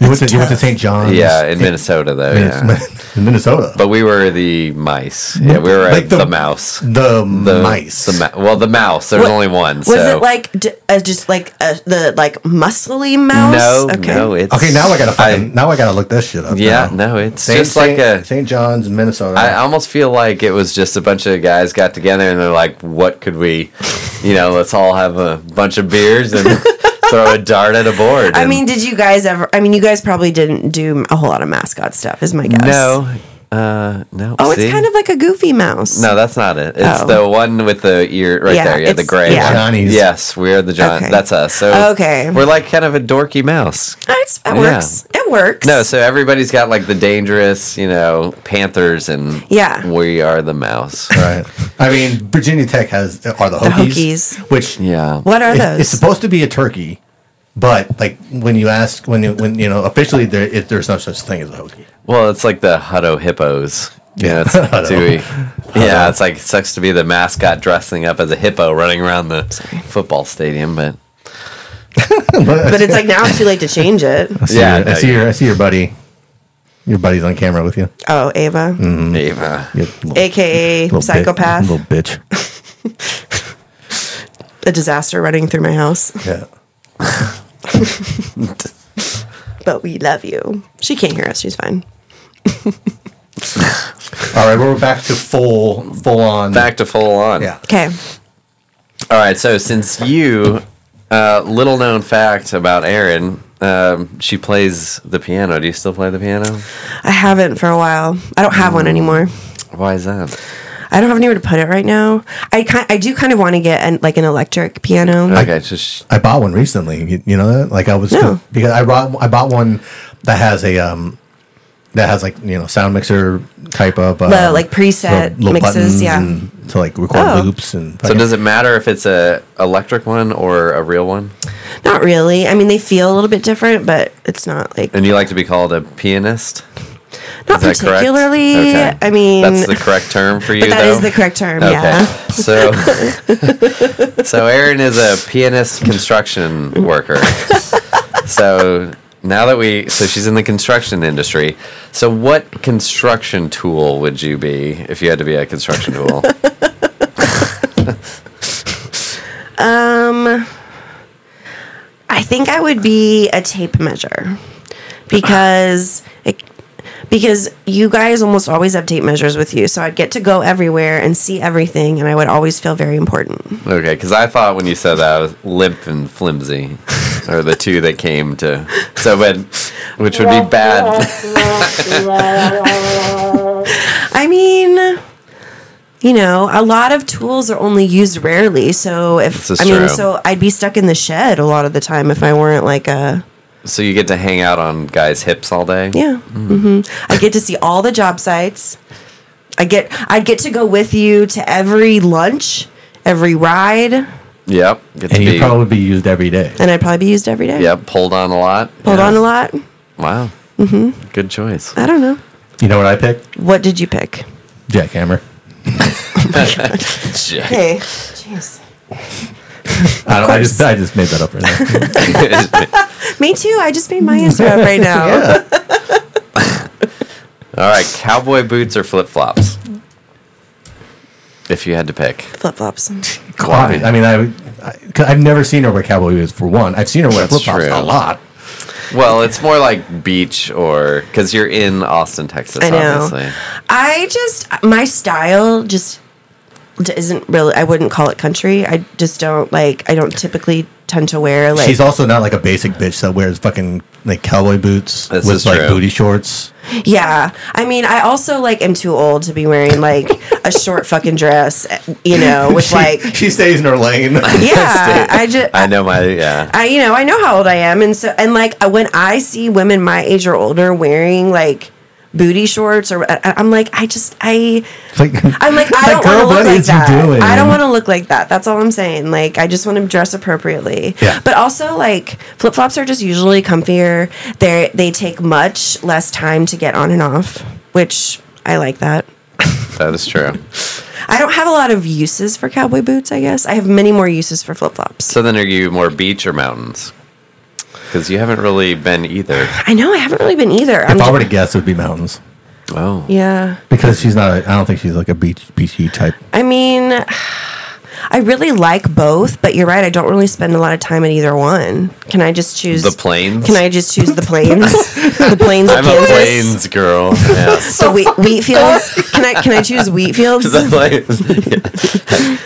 B: You went, to, you went to St. John's.
A: Yeah, in Minnesota though. Yeah.
B: in Minnesota.
A: But we were the mice. Yeah, we were
B: Like
A: the,
B: the-
A: mouse. The
B: the, mice.
A: The ma- well, the mouse. There's
C: What-
A: only one.
C: Was
A: so.
C: it like d- uh, just like uh, the like muscly mouse?
A: No, no. It's
B: okay, now I gotta Uh-huh.
A: find.
B: fucking, now I gotta look this shit up.
A: Yeah,
B: now.
A: no, it's
B: St.
A: just like a.
B: St. John's, in Minnesota.
A: I almost feel like it was just a bunch of guys got together and they're like, "What could we, you know, let's all have a bunch of beers and throw a dart at a board."
C: I
A: and-
C: mean, did you guys ever? I mean, you guys probably didn't do a whole lot of mascot stuff, is my guess.
A: no, uh, no.
C: Oh, it's
A: see?
C: kind of like a goofy mouse.
A: No, that's not it. It's
C: Oh.
A: the one with the ear right
C: Yeah,
A: there. Yeah, the
C: it's-
A: gray
C: yeah.
A: one.
B: Johnny's.
A: Yes, we're the John.
C: Okay.
A: That's us. So
C: Okay.
A: we're like kind of a dorky mouse.
C: It's, it
A: Yeah.
C: works. It works.
A: No, so everybody's got like the dangerous, you know, panthers, and
C: Yeah.
A: we are the mouse.
B: right. I mean, Virginia Tech has are the Hokies,
C: Hokies.
B: which
A: Yeah.
C: what are
B: it-
C: those?
B: it's supposed to be a turkey, but like when you ask when you, when you know officially there it, there's no such thing as a Hokie.
A: Well, it's like the Hutto hippos. Yeah, it's
B: Hutto.
A: Dewey. Yeah, it's like it sucks to be the mascot dressing up as a hippo running around the football stadium, but
C: but it's like now it's too late to change it.
A: yeah,
B: I see your I see your buddy, your buddy's on camera with you.
C: Oh, Ava,
A: Mm. Ava.
B: You little-
C: aka
B: little bit-
C: psychopath,
B: little bitch.
C: a disaster running through my house.
B: Yeah.
C: But we love you. She can't hear us. She's fine.
B: All right, we're back to full full on.
A: Back to full on.
B: Yeah.
C: Okay.
A: All right. So since you, uh, little known fact about Erin, um, she plays the piano. Do you still play the piano?
C: I haven't for a while. I don't have one
A: Mm.
C: anymore.
A: Why is that?
C: I don't have anywhere to put it right now. I kind, I do kind of want to get an, like an electric piano.
A: Okay, just
B: I bought one recently. You, you know that? Like I was
C: No.
B: because I bought I bought one that has a um that has like you know sound mixer type of um,
C: The, like, preset mixes,
B: buttons
C: yeah.
B: and to like record
C: Oh.
B: loops and
A: so does it matter if it's a electric one or a real one?
C: Not really. I mean, they feel a little bit different, but it's not like
A: And you like to be called a pianist?
C: not
A: Is that correct?
C: particularly.
A: Okay.
C: I mean,
A: that's the correct term for you,
C: but that
A: though.
C: is the correct term.
A: Okay.
C: Yeah.
A: So, so Aaron is a pianist construction worker. so now that we, so she's in the construction industry. So what construction tool would you be if you had to be a construction tool?
C: I think I would be a tape measure because it, because you guys almost always have tape measures with you, so I'd get to go everywhere and see everything, and I would always feel very important.
A: okay, because I thought when you said that I was limp and flimsy, or the two that came to. So, but which would be bad.
C: I mean. You know, a lot of tools are only used rarely. So if
A: This is
C: I mean,
A: true.
C: so I'd be stuck in the shed a lot of the time if I weren't like a
A: so you get to hang out on guys' hips all day.
C: Yeah.
A: Mm-hmm.
C: hmm I get to see all the job sites. I get I get to go with you to every lunch, every ride, and
A: Yep. Get to
B: and
A: be-
B: you probably be used every day.
C: I'd probably be used every day.
A: Yep, pulled on a lot.
C: Hold
A: Yeah.
C: on a lot.
A: Wow. Mm-hmm. Good choice.
C: I don't know.
B: You know what I picked?
C: What did you pick?
B: Jackhammer.
A: Jack.
C: Hey. Jeez.
B: I, don't, I just I just made that up right now.
C: Me too. I just made my answer up right now.
A: All right, cowboy boots or flip flops? If you had to pick,
C: Flip flops.
A: Why?
B: I mean I, I 'cause I've never seen her wear cowboy boots for one. I've seen her wear
A: That's
B: flip flops
A: true.
B: a lot.
A: well, it's more like beach or because you're in Austin, Texas.
C: I know.
A: Obviously,
C: I just my style just d- isn't really. I wouldn't call it country. I just don't like. I don't typically tend to wear. Like
B: She's also not like a basic bitch that wears fucking like cowboy boots
A: This
B: with
A: is
B: like
A: true.
B: booty shorts.
C: Yeah. I mean, I also like am too old to be wearing like a short fucking dress, you know, with
B: She,
C: like
B: she stays in her lane.
C: yeah, I just
A: I know my yeah.
C: I you know, I know how old I am and so and like uh, when I see women my age or older wearing like booty shorts or I, I'm like I just I
D: It's like,
C: I'm like I
D: Like, girl,
C: don't want to look
D: what
C: like
D: is you
C: that.
D: doing?
C: I don't want to look like that. That's all I'm saying. Like I just want to dress appropriately.
B: Yeah.
C: But also like flip flops are just usually comfier. They they take much less time to get on and off, which I like that.
A: That is true.
C: I don't have a lot of uses for cowboy boots. I guess I have many more uses for flip flops.
A: So then, are you more beach or mountains? Because you haven't really been either.
C: I know I haven't really been either. I'm
B: if I
C: ju-
B: were to guess, it would be mountains
A: Oh,
C: yeah.
B: because she's not. A, I don't think she's like a beach beachy type.
C: I mean, I really like both, but you're right. I don't really spend a lot of time at either one. Can I just choose
A: The plains?
C: Can I just choose the plains? the plains of
A: I'm a
C: Kansas.
A: plains girl. Yes.
C: The wheat, wheat fields. Can I can I choose wheat fields?
A: The
C: The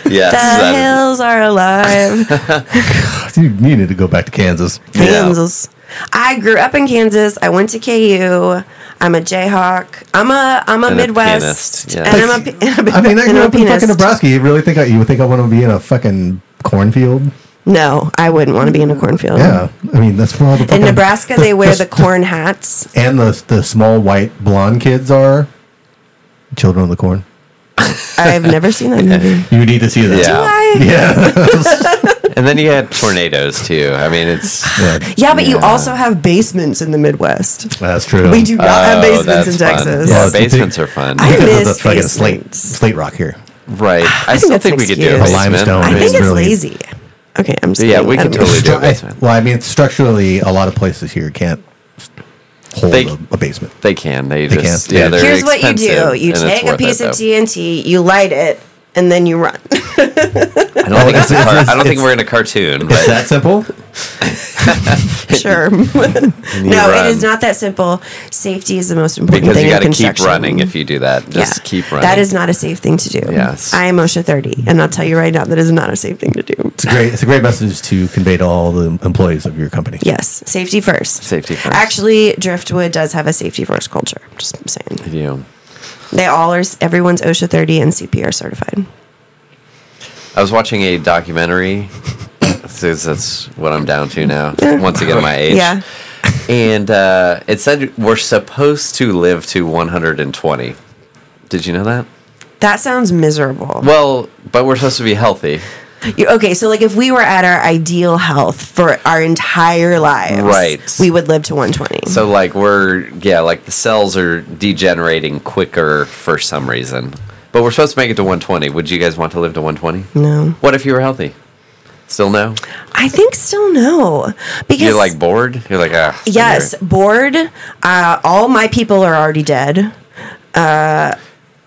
A: plains. yes. that is-
C: hills are alive.
B: You, you need to go back to Kansas.
C: Kansas. I grew up in Kansas. I went to KU. I'm a Jayhawk. I'm a I'm a
A: And a
C: Midwest.
A: pianist, yeah.
C: And I'm a, pi- and a
B: I mean, I
C: and I'm
B: grew
C: a
B: up in
C: pianist.
B: fucking Nebraska. You really think I, you would think I want to be in a fucking cornfield?
C: No, I wouldn't want to be in a cornfield.
B: Yeah, I mean that's where all the
C: Uh-huh. In
B: fucking-
C: Nebraska, they wear the corn hats.
B: and the the small white blonde kids are children of the corn.
C: I've never seen that movie.
B: You need to see that.
A: Yeah.
C: Why?
B: Yeah.
A: And then you had tornadoes too. I mean, it's
B: yeah.
C: Yeah, but you
A: Yeah.
C: also have basements in the Midwest.
B: That's true.
C: We do not have
A: Oh,
C: basements in
A: that's fun.
C: Texas.
A: Yeah,
B: Yeah,
A: basements are fun.
C: I-
B: Because of the
C: miss
B: fucking slate
C: basements.
B: slate rock here.
A: right. I,
C: think
A: still
C: that's
A: think
C: an
A: we could do a
C: excuse.
A: basement.
B: A limestone
A: I
C: I
A: mean,
C: think it's
B: really-
C: lazy. Okay, I'm just
A: Yeah,
C: kidding.
A: we
C: I
A: could
C: don't know.
A: totally do a
B: I-
A: basement.
B: well, I mean, structurally, a lot of places here can't hold
A: They-
B: a, a basement.
A: They can. They,
B: They
A: just
B: can.
A: yeah. They're
C: Here's what you do:
A: expensive,
C: you
A: and it's
C: take a
A: worth
C: piece
A: it,
C: of
A: though.
C: TNT, you light it, and then you run.
A: I don't think it's a
B: It's-
A: car-
B: it's-
A: I don't think
B: it's-
A: we're in a cartoon.
B: Is
A: But
B: that simple?
C: sure.
A: you
C: no, it
A: run.
C: is not that simple. Safety is the most important
A: because
C: thing
A: you
C: in
A: got to keep
C: construction.
A: running if you do that. Just keep running.
C: That is not a safe thing to do.
A: Yes.
C: I am OSHA 30, and I'll tell you right now that is not a safe thing to do.
B: It's great. It's a great message to convey to all the employees of your company.
C: Yes, safety first.
A: Safety first.
C: Actually, Driftwood does have a safety first culture. Just saying.
A: you.
C: They all are, everyone's OSHA 30 and CPR certified.
A: I was watching a documentary. Since that's what I'm down to now. Once again, my age.
C: Yeah.
A: And uh, it said we're supposed to live to 120. Did you know that?
C: That sounds miserable.
A: Well, but we're supposed to be healthy.
C: You- okay, so like if we were at our ideal health for our entire lives,
A: Right.
C: we would live to 120.
A: So like we're yeah, like the cells are degenerating quicker for some reason. But we're supposed to make it to 120. Would you guys want to live to 120?
C: No.
A: What if you were healthy? Still no?
C: I think still no. Because
A: You're like bored? You're like ah. screw
C: Yes,
A: it.
C: bored. Uh, all my people are already dead. Uh,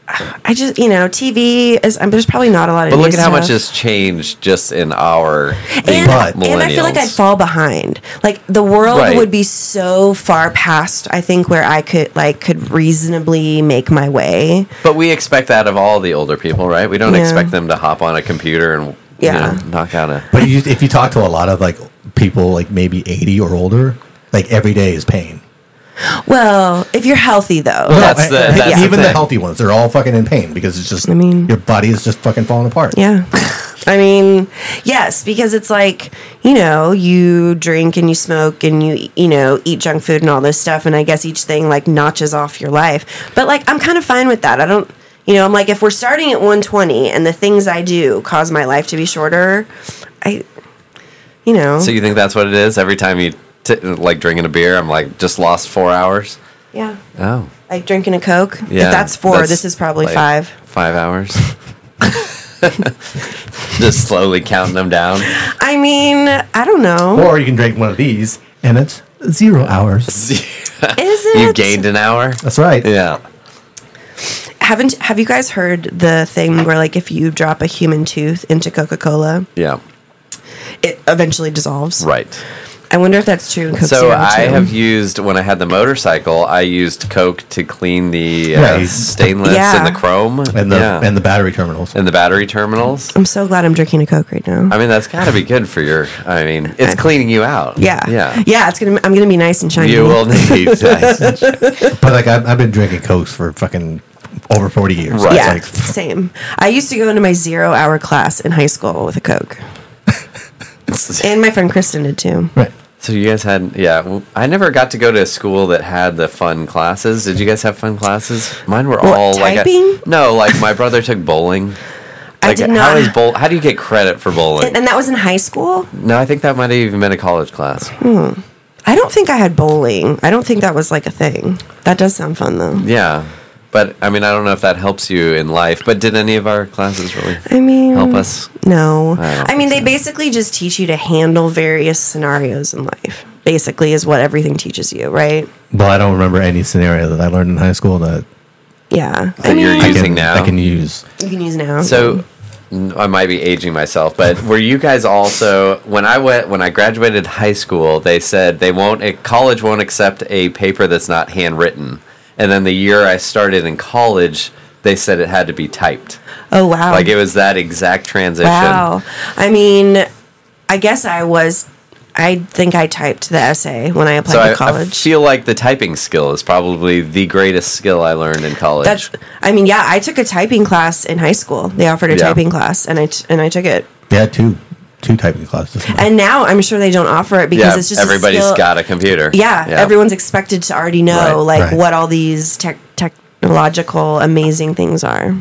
C: I just, you know, TV is. Um, there's probably not a lot of.
A: But look
C: new
A: at how much
C: stuff.
A: has changed just in our being
C: And,
B: But-
C: and I feel like I'd
A: millennials.
C: fall behind. Like the world
A: Right.
C: would be so far past. I think where I could like could reasonably make my way.
A: But we expect that of all the older people, right? We don't
C: Yeah.
A: expect them to hop on a computer and you
C: Yeah.
A: know, knock out a
B: But you, if you talk to a lot of like people, like maybe eighty or older, like every day is pain.
C: Well, if you're healthy though,
A: Well,
C: that's
A: that's the-
B: And
A: that's the
B: even the
A: thing.
B: healthy ones, they're all fucking in pain because it's just. I
C: mean-
B: your body is just fucking falling apart.
C: Yeah. I mean, yes, because it's like, you know, you drink and you smoke and you, you know, eat junk food and all this stuff. And I guess each thing like notches off your life. But like, I'm kind of fine with that. I don't, you know, I'm like, if we're starting at 120 and the things I do cause my life to be shorter, I, you know,
A: So you think that's what it is? Every time you t- like drinking a beer, I'm like just lost four hours.
C: yeah.
A: Oh,
C: Like drinking a Coke.
A: yeah.
C: If that's four, this is probably
A: like
C: five.
A: Five hours. just slowly counting them down.
C: I mean, I don't know.
B: Or you can drink one of these, and it's zero hours.
C: Is it?
A: you gained an hour.
B: That's right.
A: Yeah.
C: haven't have you guys heard the thing where like if you drop a human tooth into coca-cola
A: Yeah.
C: it eventually dissolves
A: Right.
C: I wonder if that's true. in Coke
A: So
C: Zero,
A: I
C: too.
A: have used when I had the motorcycle, I used Coke to clean the uh,
B: Right.
A: stainless
C: Yeah.
A: and the chrome
B: and the
A: yeah.
B: and the battery terminals.
A: and the battery terminals.
C: I'm so glad I'm drinking a Coke right now.
A: I mean, that's got to be good for your. I mean, it's cleaning you out.
C: yeah,
A: yeah.
C: yeah. It's gonna. I'm gonna be nice and shiny.
A: You will need that.
B: But like I've, I've been drinking cokes for fucking over forty years.
A: Right.
B: It's
C: Yeah,
B: like,
C: same. I used to go into my zero hour class in high school with a Coke, and my friend Kristen did too.
B: right.
A: so you guys had, yeah. well, I never got to go to a school that had the fun classes. Did you guys have fun classes? Mine were all like I-
C: typing?
A: no, like my brother took bowling.
C: I
A: Like,
C: did
A: How
C: not-
A: is bowl? How do you get credit for bowling?
C: And, uh, and that was in high school.
A: no, I think that might have even been a college class.
C: I don't think I had bowling. I don't think that was like a thing. That does sound fun though.
A: Yeah. But I mean, I don't know if that helps you in life. But did any of our classes really
C: I mean,
A: help us?
C: No.
A: I don't
C: I, mean, they basically just teach you to handle various scenarios in life. Basically, is what everything teaches you, right?
B: Well, I don't remember any scenario that I learned in high school that
C: Yeah. I
A: That
C: mean,
A: you're
B: I
A: using
B: can,
A: now.
B: I can use.
C: you can use now.
A: So n- I might be aging myself, but were you guys also when I went when I graduated high school? They said they won't eh, college won't accept a paper that's not handwritten. And then the year I started in college, they said it had to be typed.
C: oh wow.
A: Like it was that exact transition.
C: Wow. I mean, I guess I was. I think I typed the essay when I applied
A: So I,
C: to
A: I
C: college.
A: feel like the typing skill is probably the greatest skill I learned in college.
C: That's. I mean, yeah, I took a typing class in high school. They offered a
A: Yeah.
C: typing class, and I t- and I took it.
B: They had two two typing classes.
C: And now I'm sure they don't offer it because
A: yeah,
C: it's just
A: everybody's
C: everybody's
A: got a computer.
C: Yeah, everyone's expected to already know
A: Right,
C: like
B: right.
C: what all these tech technological amazing things are.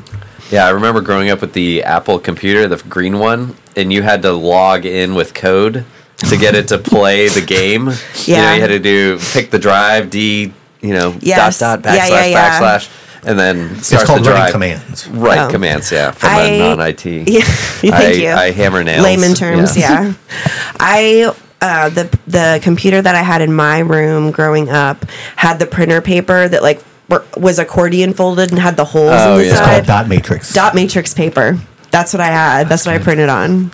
A: Yeah, I remember growing up with the Apple computer, the green one, and you had to log in with code to get it to play the game. You, know,
C: Yeah.
A: you had to do pick the drive, D, you know,
C: Yes.
A: dot dot
C: Yeah,
A: backslash
C: yeah, yeah.
A: backslash, and then
B: it's
A: start
B: called
A: the drive.
B: running commands.
A: Right,
C: Oh.
A: commands. Yeah, for my
C: I-
A: non-IT.
C: Yeah, thank
A: I,
C: you.
A: I hammer nails.
C: layman terms.
A: Yes.
C: Yeah, I uh, the the computer that I had in my room growing up had the printer paper that like were, was accordion folded and had the holes
A: Oh,
C: in the
A: yeah. It's
B: It's called
C: side. Dot-,
B: dot matrix.
C: matrix paper. That's what I had. That's what I printed on.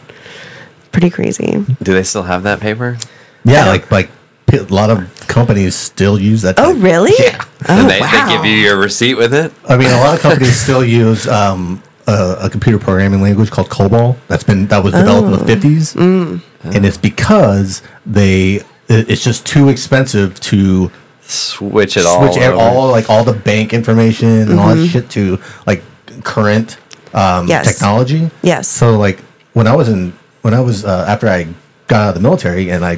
C: Pretty crazy.
A: Do they still have that paper?
B: yeah, like like p- a lot of companies still use that.
C: Oh,
B: type.
C: really? Oh,
A: and they,
C: wow.
A: they give you your receipt with it.
B: I mean, a lot of companies still use um, a, a computer programming language called COBOL. That's been that was developed
A: Oh.
B: in the fifties,
A: Mm.
B: and it's because they it- it's just too expensive to
A: Switch it all.
B: switch all,
A: over.
B: all like all the bank information and all that shit to like current um,
C: Mm-hmm. Yes.
B: technology.
C: Yes.
B: So like when I was in when I was uh, after I got out of the military and I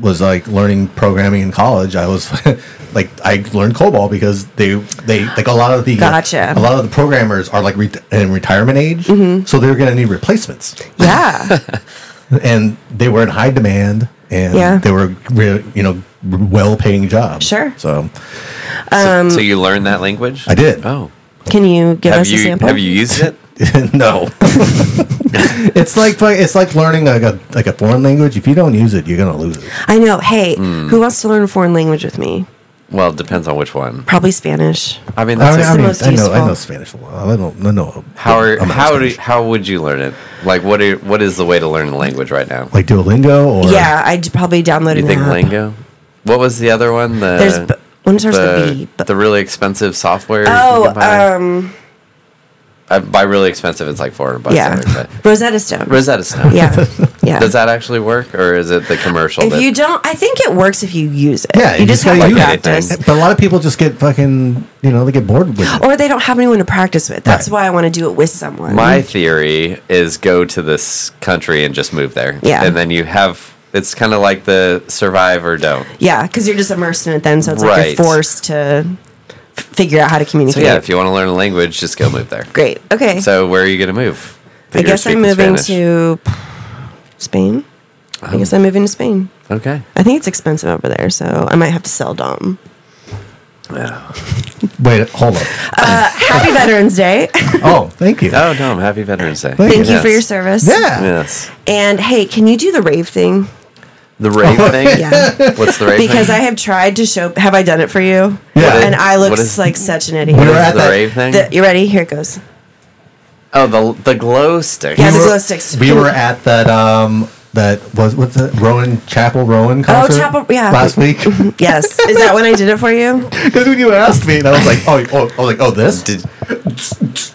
B: was like learning programming in college, I was like I learned COBOL because they they like a lot of the
C: Gotcha. Mm-hmm.
B: a lot of the programmers are like re- in retirement age, so they're going to need replacements
C: Yeah.
B: and they were in high demand and
C: Yeah.
B: they were re- you know well paying jobs.
C: Sure.
B: So
A: So, so you learned that language?
B: I did.
A: Oh,
C: Can you Um, give
A: have
C: us a
A: you
C: sample?
A: have you used it?
B: no. it's like it's like learning like a like a foreign language. If you don't use it, you're gonna lose it.
C: I know. Hey,
A: Hmm.
C: who wants to learn a foreign language with me?
A: Well, it depends on which one.
C: Probably Spanish.
A: I mean,
B: I,
A: that's
B: I
A: a-
C: the
B: mean,
C: most
B: I know I
C: useful.
B: know Spanish well. I don't I know
A: how are,
B: I'm not
A: how do
B: Spanish.
A: how would you learn it? Like, what are, what is the way to learn the language right now?
B: like Duolingo or
C: yeah, I probably downloaded an
A: you think
C: app.
A: Lingo? What was the other one? The
C: There's b- one starts with B.
A: the,
C: But
A: the really expensive software. you
C: oh,
A: can buy?
C: um,
A: Uh, by really expensive, it's like four hundred bucks. I
C: yeah,
A: think, but-
C: Rosetta Stone.
A: Rosetta Stone.
C: yeah, yeah.
A: Does that actually work, or is it the commercial?
C: if
A: that,
C: you don't, I think it works if you use it.
B: Yeah,
C: you,
B: you
C: just,
B: just
C: have
B: gotta
C: to
B: use
A: it.
C: practice,
B: But a lot of people just get fucking you know they get bored with it.
C: or they don't have anyone to practice with. That's
B: Right.
C: why I want to do it with someone.
A: my theory is go to this country and just move there.
C: Yeah.
A: and then you have. It's kind of like the survive or don't.
C: yeah, because you're just immersed in it then, so it's
A: Right.
C: like you're forced to f- figure out how to
A: So
C: communicate.
A: yeah, if you want to learn a language, just go move there.
C: Great. Okay.
A: So where are you going to move?
C: I
A: You're
C: guess I'm
A: speaking
C: moving
A: Spanish. Oh.
C: to Spain. I guess I'm moving to Spain.
A: Okay.
C: I think it's expensive over there, so I might have to sell Dom.
B: Wait, hold up.
C: Uh, Happy Veterans Day.
B: Oh, thank you.
A: Oh no! Happy Veterans Day.
B: Thank
C: Thank you
A: Yes.
C: for your service.
B: yeah.
A: Yes.
C: And hey, can you do the rave thing?
A: The rave thing.
C: Yeah.
A: What's the rave
C: Because I
A: thing?
C: have tried to show. Have I done it for you?
B: Yeah.
C: And I look
A: What is-
C: like such an
B: What
C: idiot.
B: is- we're at
A: the
B: that-
A: rave thing.
C: The- you ready? Here it goes.
A: oh, the the glow stick.
C: Yeah,
B: We
C: the
B: were-
C: glow sticks.
B: We were at that um that was what's that Rowan Chapel Rowan concert
C: Oh, Chapel- yeah. Mm-hmm.
B: last week
C: Yes. Is that when I did it for you?
B: because when you asked me and I was like oh, oh I was like oh this
A: Did,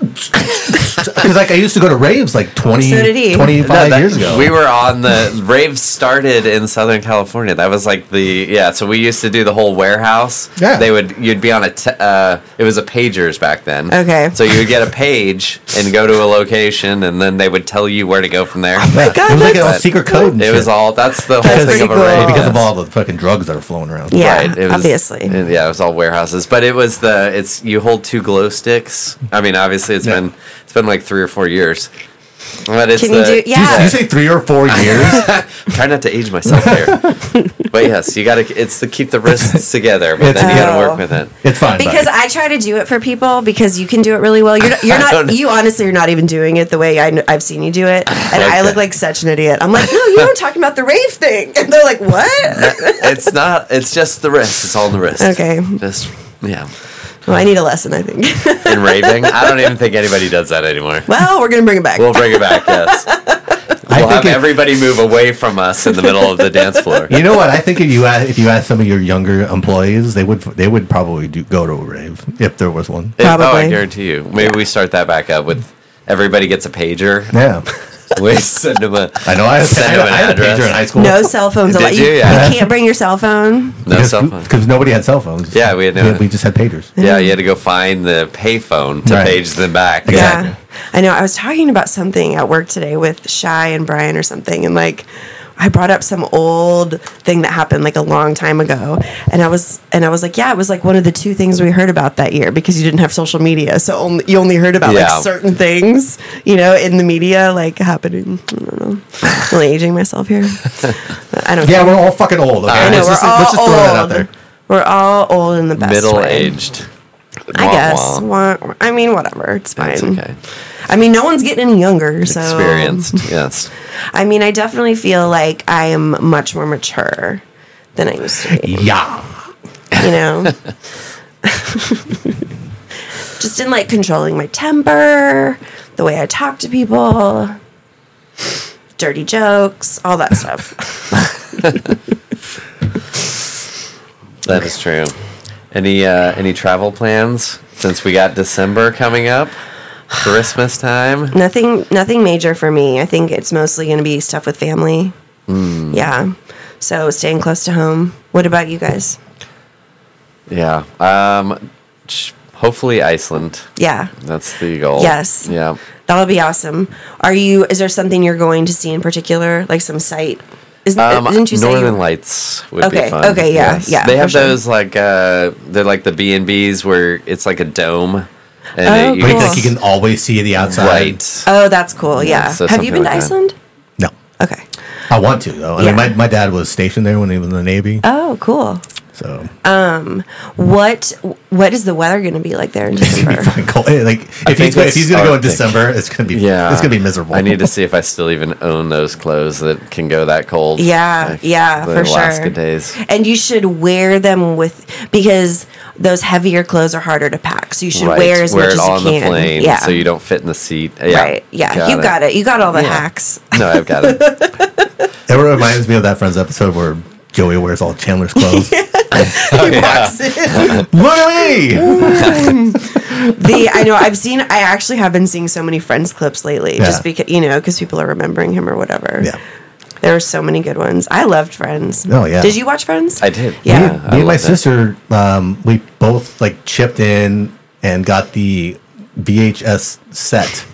B: because like I used to go to raves like 20
C: So did he.
B: 25
A: No, that-
B: years ago
A: We were on the rave started in Southern California. That was like the yeah. So we used to do the whole warehouse.
B: Yeah.
A: they would you'd be on a te- uh, it was a pagers back then.
C: Okay.
A: so you would get a page and go to a location, and then they would tell you where to go from there.
B: Yeah.
C: God,
B: it was like a
C: that's-
B: secret code and
A: It was
B: shit.
A: all that's the whole
C: That's
A: thing of a
C: pretty
A: rave
C: cool.
B: because of
A: yes.
B: all the fucking drugs that are flowing around
C: Yeah,
A: Right, it was-
C: obviously.
A: it- yeah, it was all warehouses, but it was the it's you hold two glow sticks. I mean, obviously it's
B: Yeah.
A: been it's been like three or four years. But it's
C: Can
A: the,
C: you do?
B: You-
C: Yeah.
B: you say three or four years
A: Try not to age myself there. but yes, you gotta. It's to keep the wrists together, but
B: It's-
A: then you gotta
C: Oh.
A: work with it.
B: it's fine
C: because
B: buddy.
C: I try to do it for people because you can do it really well. You're not, you're
A: I
C: not
A: don't-
C: you honestly are not even doing it the way I, kn- I've seen you do it, and I
A: Okay.
C: look like such an idiot. I'm like, no, you were talking about the rave thing, and they're like, what?
A: It's not. It's just the wrist. It's all in the wrist.
C: Okay.
A: Just yeah.
C: Well, I need a lesson, I think.
A: And raving. I don't even think anybody does that anymore.
C: well, we're gonna bring it back.
A: We'll bring it back. Yes. We'll
B: I
A: have
B: think if-
A: everybody move away from us in the middle of the dance floor.
B: you know what I think if you ask, if you ask some of your younger employees they would they would probably do, go to a rave if there was one
A: It- oh, I
C: Probably.
A: guarantee you. Maybe we start that back up with everybody gets a pager.
B: yeah
A: We send them a.
B: I know I had, I
A: Send
B: had,
A: them an
B: I had a
A: address.
B: pager in high school
C: no cell phones.
A: Did
C: allowed.
A: you?
C: You,
A: Yeah.
C: you can't bring your cell phone.
A: No
B: because
A: cell phone.
B: because nobody had cell phones
A: Yeah, we had no-
B: we just had pagers
A: Yeah, you had to go find the payphone to
B: Right.
A: page them back.
B: Exactly.
C: Yeah. I know. I was talking about something at work today with Shy and Brian or something, and like I brought up some old thing that happened like a long time ago, and I was and I was like, yeah, it was like one of the two things we heard about that year because you didn't have social media, so only you only heard about
A: Yeah.
C: like certain things, you know, in the media like happening. I don't know. I'm really aging myself here. I don't.
B: yeah
C: care.
B: we're all fucking old okay?
A: I
C: I know
B: let's,
C: we're
B: just,
C: all
B: let's just
C: old.
B: throw that out there
C: We're all old in the best
A: Middle
C: way.
A: aged.
C: I guess. Wah- I mean, whatever. It's fine.
A: It's okay.
C: I mean, no one's getting any younger. So um,
A: Experienced. Yes.
C: I mean, I definitely feel like I am much more mature than I used to be,
B: yeah
C: you know? Just in like controlling my temper, the way I talk to people, dirty jokes, all that stuff.
A: That is true. Any uh, any travel plans since we got December coming up? Christmas time.
C: nothing nothing major for me. I think it's mostly going to be stuff with family. Yeah. So staying close to home. What about you guys?
A: Yeah. Um sh- hopefully Iceland.
C: Yeah.
A: That's the goal.
C: Yes.
A: Yeah.
C: That'll be awesome. Are you? Is there something you're going to see in particular, like some site? Isn't,
A: Um,
C: Uh, didn't you say?
A: Northern
C: you-
A: Lights would
C: Okay,
A: be fun.
C: okay, yeah, yeah,
A: They
C: for
A: have
C: sure.
A: those like uh they're like the B and B's where it's like a dome and
C: Oh,
A: it- you
B: but
C: Cool.
A: can
B: you think you can always see the outside
A: right.
C: Oh, that's cool. Yeah.
A: so
C: Have you
A: something
C: been to
A: like that.
C: Iceland?
B: no
C: Okay.
B: I want to though I
C: Yeah.
B: mean my, my dad was stationed there when he was in the Navy
C: Oh, cool.
B: so
C: What What is the weather going to be like there in
B: It's gonna be
C: December?
B: fucking cold. Eh, Like if
A: think
B: he's, go-
A: it's
B: if he's gonna go in
A: Arctic.
B: December, it's gonna be
A: Yeah.
B: it's gonna be miserable.
A: I need to see if I still even own those clothes that can go that cold.
C: Yeah, yeah,
A: the
C: for
A: Alaska
C: sure.
A: days.
C: and you should wear them with because those heavier clothes are harder to pack. So you should
A: Right,
C: wear as much
A: it
C: as
A: all
C: you
A: on the
C: can.
A: plane
C: yeah.
A: so you don't fit in the seat. Yeah.
C: Right. Yeah. you got it. You got all the
A: Yeah.
C: hacks.
A: No, I've got it.
B: It reminds me of that Friends episode where Joey wears all Chandler's clothes.
A: Oh,
C: He
A: yeah.
C: walks in.
B: Look at me!
C: the I know I've seen I actually have been seeing so many Friends clips lately
B: Yeah.
C: just because you know because people are remembering him or whatever.
B: Yeah.
C: There were so many good ones. I loved Friends.
B: Oh, yeah.
C: Did you watch Friends?
A: I did.
C: Yeah.
B: me, and- me
A: I
B: and my
A: loved it.
B: sister, um, we both like chipped in and got the VHS set.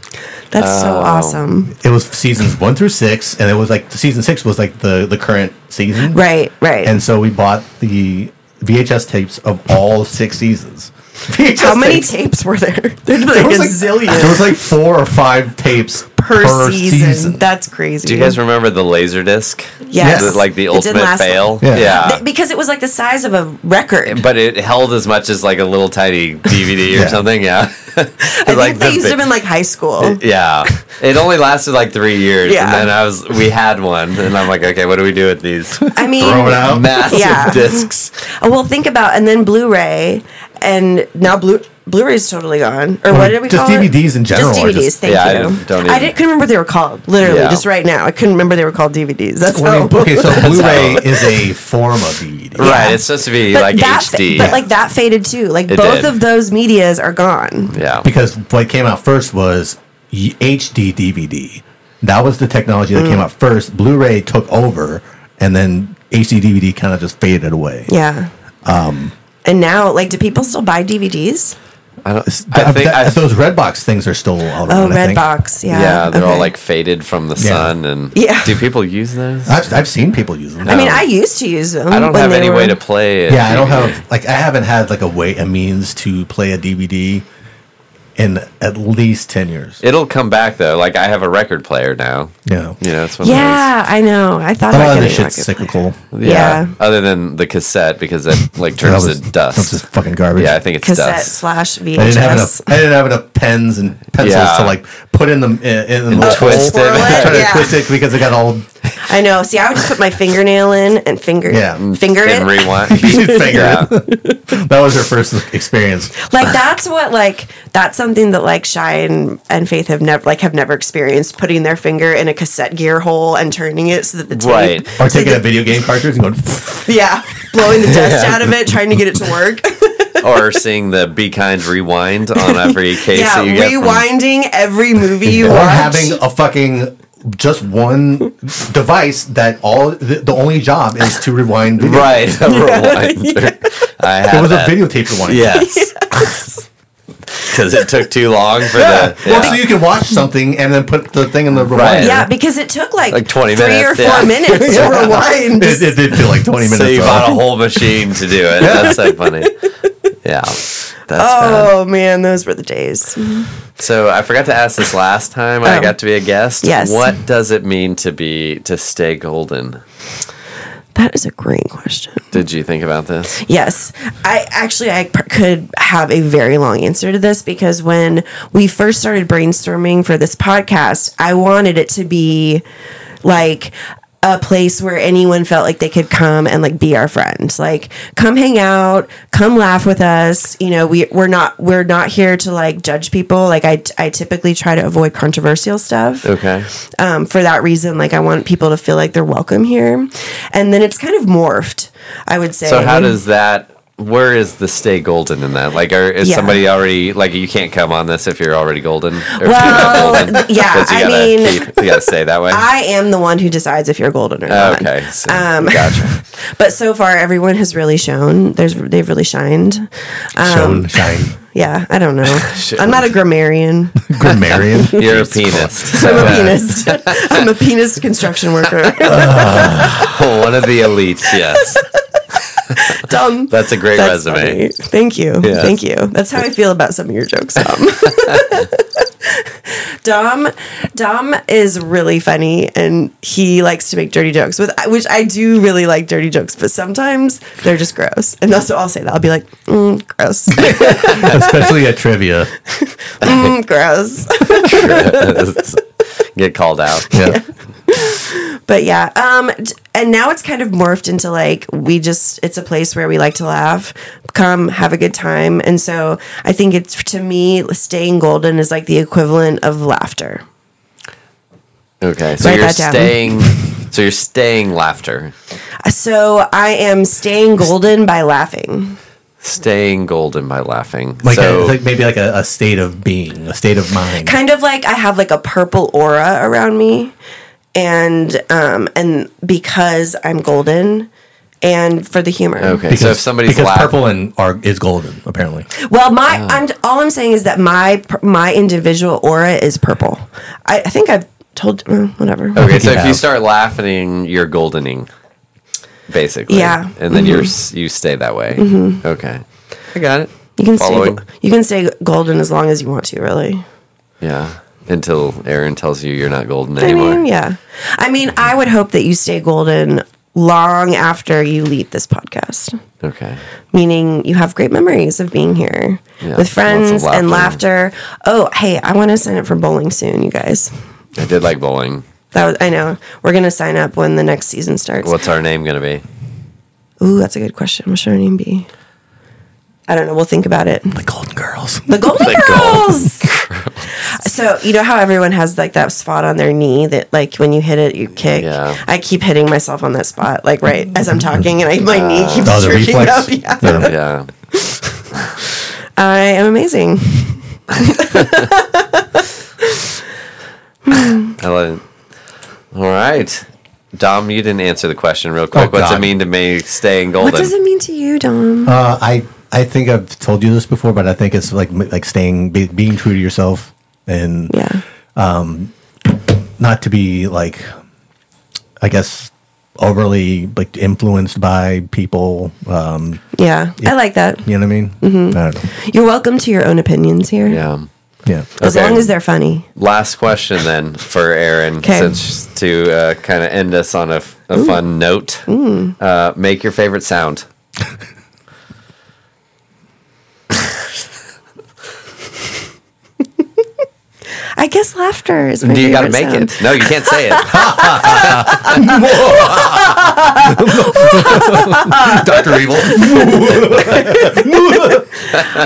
C: That's so
A: Oh.
C: awesome.
B: It was seasons one through six, and it was like season six was like the the current season,
C: Right. Right.
B: And so we bought the VHS tapes of all six seasons. VHS
C: how many
B: tapes.
C: tapes were there? There'd be like
B: There
C: a
B: was like-
C: zillion
B: There was like four or five tapes
C: per, season. That's crazy.
A: Do you guys remember the Laserdisc?
C: Yes.
A: The- like the
C: It didn't
A: ultimate
C: last
A: fail?
B: long. Yeah.
C: Th- because it was like the size of a record.
A: But it held as much as like a little tiny DVD or
B: Yeah.
A: something, yeah. I
C: I think they used to have been like high school.
A: yeah, it only lasted like three years,
C: Yeah.
A: and then I was we had one, and I'm like, okay, what do we do with these
C: I mean,
B: Throw it out.
A: massive
C: Yeah.
A: discs?
C: Oh, Well, think about and then Blu-ray and now Blu Blu-rays totally gone, or
B: Well,
C: what did we
B: just
C: call it?
B: DVDs in general
C: Just
B: are
C: DVDs.
B: just-
C: thank
A: Yeah, I
C: you.
A: didn't- don't
C: I
A: even-
C: didn't, couldn't remember they were called. Literally,
A: Yeah.
C: just right now, I couldn't remember they were called DVDs. Oh. That's
B: Well, I
C: how.
B: mean, okay, so Blu-ray
A: how-
B: is a form of DVD.
A: Right. It's supposed to be
C: but
A: like
C: that, fa-
A: HD.
C: but like that faded too. Like
A: It
C: both
A: did.
C: of those medias are gone.
A: yeah.
B: Because what came out first was y- HD DVD. That was the technology that
C: Mm.
B: came out first. Blu-ray took over, and then HD DVD kind of just faded away.
C: Yeah.
B: Um,
C: and now, like, do people still buy DVDs?
A: I don't.
B: Th-
A: I think.
B: th-
A: I,
B: those Redbox things are still out.
C: Oh,
B: around, I think.
C: Redbox. Yeah.
A: yeah. They're all
C: okay.
A: like faded from the
B: Yeah.
A: sun and.
C: Yeah.
A: Do people use those?
B: I've, I've seen people use them.
C: I mean,
A: um,
C: I used to use them.
A: I don't
C: when
A: have
C: they
A: any way
C: were-
A: to play it.
B: yeah, I don't have like I haven't had like a way a means to play a DVD in at least ten years.
A: It'll come back though. Like I have a record player now.
B: yeah,
A: You know, it's one of
C: Yeah, I know. I thought
B: a
C: about
B: lot of this
C: getting
B: shit's
C: a record
B: cyclical.
A: those.
C: yeah.
A: Other than the cassette because that like turns to
B: That's
A: dust.
B: just fucking garbage.
A: yeah, I think it's
C: cassette
A: dust.
C: slash
B: I didn't have enough.
C: VHS.
B: I didn't have enough pens and pencils
A: Yeah.
B: to like put in the in, in the little
A: twist
B: hole.
A: it.
B: Try to
C: Yeah.
B: twist it because it got all
C: I know. See, I would just put my fingernail in and finger
B: Yeah.
A: mm,
C: finger it.
A: And rewind.
B: figured.
A: yeah.
B: That was her first experience.
C: like that's what like that's something that like Shy and, and Faith have never like have never experienced putting their finger in a cassette gear hole and turning it so that the tape
A: Right.
B: Or taking a video game cartridge and going.
C: yeah blowing the dust out of it trying to get it to work
A: or seeing the be kind rewind on every case
C: yeah
A: that you get. from-
C: rewinding every movie you
B: or
C: watch
B: having a fucking just one device that all the, the only job is to rewind video.
A: right, a rewinder. I had
B: It was
A: that.
B: a videotape rewind.
A: Yes. Because it took too long for the.
B: Well,
A: yeah.
B: so you can watch something and then put the thing in the rewind.
A: Right.
C: yeah because it took like,
A: Like 20
C: three
A: minutes,
C: or four
A: yeah.
C: minutes to rewind
B: It, it did feel like 20 minutes.
A: So you
B: though.
A: bought a whole machine to do it. That's so funny. Yeah. That's bad.
C: oh man those were the days
A: So I forgot to ask this last time I
C: Oh.
A: got to be a guest.
C: Yes.
A: What does it mean to be to stay golden?
C: that is a great question
A: Did you think about this?
C: Yes. I actually I p- could have a very long answer to this because when we first started brainstorming for this podcast, I wanted it to be like a place where anyone felt like they could come and like be our friends. Like come hang out, come laugh with us. You know, we we're not we're not here to like judge people. Like I I typically try to avoid controversial stuff
A: Okay.
C: um, for that reason, like I want people to feel like they're welcome here. And then it's kind of morphed, I would say.
A: So how
C: Like,
A: does that? Where is the stay golden in that? Like, are, is
C: Yeah.
A: somebody already like you can't come on this if you're already golden? Or if you're not
C: Well,
A: golden?
C: th- yeah,
A: 'Cause you
C: I
A: gotta
C: mean-
A: keep- you gotta stay that way. Oh,
C: I am the one who decides if you're golden or not.
A: okay, so,
C: Um,
A: gotcha.
C: But so far, everyone has really shown. There's they've really shined. Um,
B: Shone, shine.
C: Yeah, I don't know. I'm not a grammarian.
B: Grammarian.
A: You're a penis.
C: I'm a penis. I'm a penis construction worker.
A: One of the elites. Yes,
C: Dumb.
A: that's a great
C: That's funny.
A: resume.
C: Thank you.
A: Yeah.
C: Thank you. That's how I feel about some of your jokes, Dom. Dom, Dom is really funny, and he likes to make dirty jokes. With which I do really like dirty jokes, but sometimes they're just gross. And that's what I'll say. That I'll be like, mm, gross,
B: Especially at trivia.
C: mm, gross.
A: Get called out.
B: Yeah.
C: But yeah, um, d- and now it's kind of morphed into like we just it's a place where we like to laugh, come have a good time, and so I think it's to me staying golden is like the equivalent of laughter.
A: Okay, so
C: Write
A: you're
C: that down.
A: staying. So you're staying laughter,
C: So I am staying golden by laughing.
A: staying golden by laughing.
B: Like,
A: so
B: a, like maybe like a, a state of being, a state of mind.
C: Kind of like I have like a purple aura around me, and um, and because I'm golden, and for the humor.
A: okay, so if somebody's
B: because
A: laugh-
B: purple and are is golden apparently.
C: Well, my I'm all I'm saying is that my pr- my individual aura is purple. I, I think I've told uh, whatever.
A: Okay,
B: think
A: so
B: you
A: if you
B: have.
A: start laughing, you're goldening, basically.
C: Yeah. Mm-hmm.
A: and then you're s- you stay that way. Okay, I got it.
C: You can
A: Following.
C: stay you can stay golden as long as you want to. Really,
A: Yeah, until Aaron tells you you're not golden
C: I
A: anymore.
C: mean, yeah. I mean, I would hope that you stay golden long after you leave this podcast.
A: Okay,
C: meaning you have great memories of being here
A: Yeah,
C: with
A: lots of
C: friends and
A: laughter.
C: laughter. Oh, hey, I want to sign up for bowling soon, you guys.
A: I did like bowling.
C: That was, I know we're gonna sign up when the next season starts.
A: What's our name gonna be?
C: Ooh, that's a good question. What should our name be? I don't know. We'll think about it.
B: The Golden Girls.
C: The Golden
A: The
C: Girls. so you know how everyone has like that spot on their knee that like when you hit it you kick.
A: Yeah.
C: I keep hitting myself on that spot like right as I'm talking and I, my knee keeps
B: Oh, the
C: jerking
B: reflex?
C: up. Yeah.
B: Yeah.
A: Yeah.
C: I am amazing.
A: I love it. All right. Dom, you didn't answer the question real quick.
B: Oh,
A: What's it
B: God.
A: mean to me staying golden?
C: What does it mean to you, Dom?
B: Uh, I I think I've told you this before, but I think it's like like staying be, being true to yourself and
C: yeah.
B: not to be like I guess overly like influenced by people. Um,
C: yeah. I like that.
B: you know what I mean?
C: Mm-hmm.
B: I don't know.
C: You're welcome to your own opinions here.
A: yeah.
B: Yeah.
C: As
A: Okay.
C: long as they're funny.
A: Last question then for Aaron,
C: 'Kay.
A: since to uh, kind of end us on a, f- a fun note.
C: Mm.
A: Uh, make your favorite sound.
C: I guess laughter is my
A: Do you got to
C: favorite
A: make
C: sound.
A: it? No, you can't say it.
B: Doctor Evil.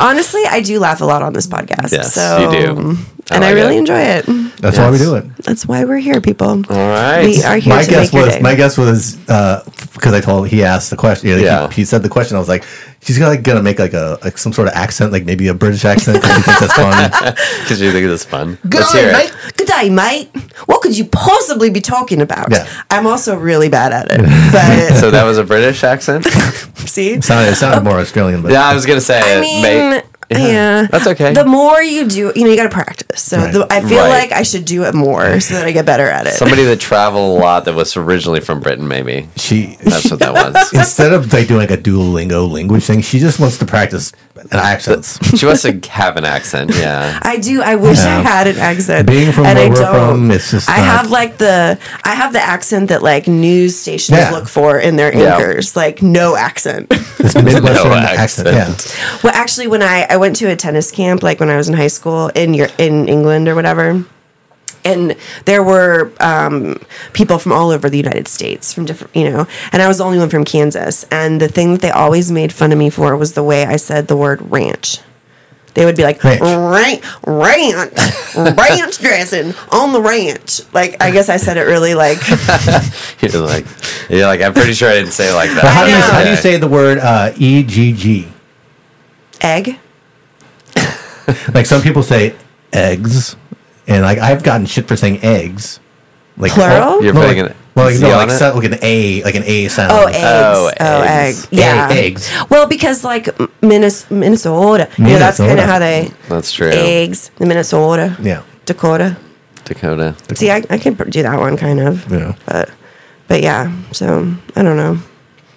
C: Honestly, I do laugh a lot on this podcast.
A: Yes,
C: so,
A: you do. I
C: and I
A: like
C: really
A: it.
C: enjoy it.
B: That's why we do it.
C: That's why we're here, people.
A: All right.
C: We are here
B: my
C: to
B: guess
C: make your
B: was
C: day.
B: my guess was because I told he asked the question. you know, he-
A: Yeah.
B: he, said the question. I was like, she's gonna gonna make like a like some sort of accent, like maybe a British accent. 'cause she thinks that's fun.
A: Because you think this is fun.
C: Good
A: Let's
C: day,
A: hear it.
C: mate. Good day, mate. What could you possibly be talking about?
B: Yeah.
C: I'm also really bad at it.
A: So that was a British accent?
C: But see,
B: Sounded, it sounded more Australian, but
A: yeah, I was going to say
C: I
A: it,
C: mean,
A: uh, mate.
C: yeah.
A: That's okay.
C: The more you do, you know, you got to practice. So
B: Right.
C: the, I feel
A: Right.
C: like I should do it more so that I get better at it.
A: Somebody that traveled a lot that was originally from Britain, maybe.
B: she
A: That's what that was.
B: instead of like doing like a Duolingo language thing, she just wants to practice an accents.
A: She wants to have an accent, yeah.
C: I do. I wish I
B: Yeah.
C: had an accent.
B: Being from
C: and
B: where
C: I
B: we're
C: don't.
B: from, it's just
C: I
B: not-
C: have like the I have the accent that like news stations
B: Yeah.
C: look for in their
A: Yeah.
C: anchors. Like no accent.
B: This Midwestern
A: No accent.
B: accent. Yeah.
C: well, actually, when I I went to a tennis camp, like when I was in high school in your in England or whatever. And there were um, people from all over the United States, from different, you know, and I was the only one from Kansas. And the thing that they always made fun of me for was the way I said the word ranch. They would be like,
B: Ranch.
C: ranch, ranch, ranch dressing on the ranch. Like, I guess I said it really like,
A: You're like, you're like, I'm pretty sure I didn't say it like that.
B: How do, you,
C: know.
B: how do you
A: Okay.
B: say the word uh, EGG?
C: egg.
B: Like some people say eggs, and like I've gotten shit for saying eggs. Like
C: Plural?
A: You're
B: no,
A: putting
B: like,
A: an-
B: well, like,
A: Z
B: no,
A: on
B: like,
A: it?
B: sound, like an A, like an A sound.
C: Oh, eggs. Oh,
A: eggs.
C: egg.
B: Yeah,
C: Yeah.
B: eggs.
C: Well, because like Minnes- Minnesota, you know, that's kind
B: Minnesota.
C: of how they,
A: That's true.
C: eggs, the Minnesota,
B: Yeah.
C: Dakota.
A: Dakota.
C: See, I, I can pr- do that one kind of.
B: Yeah.
C: But, but yeah, so I don't know.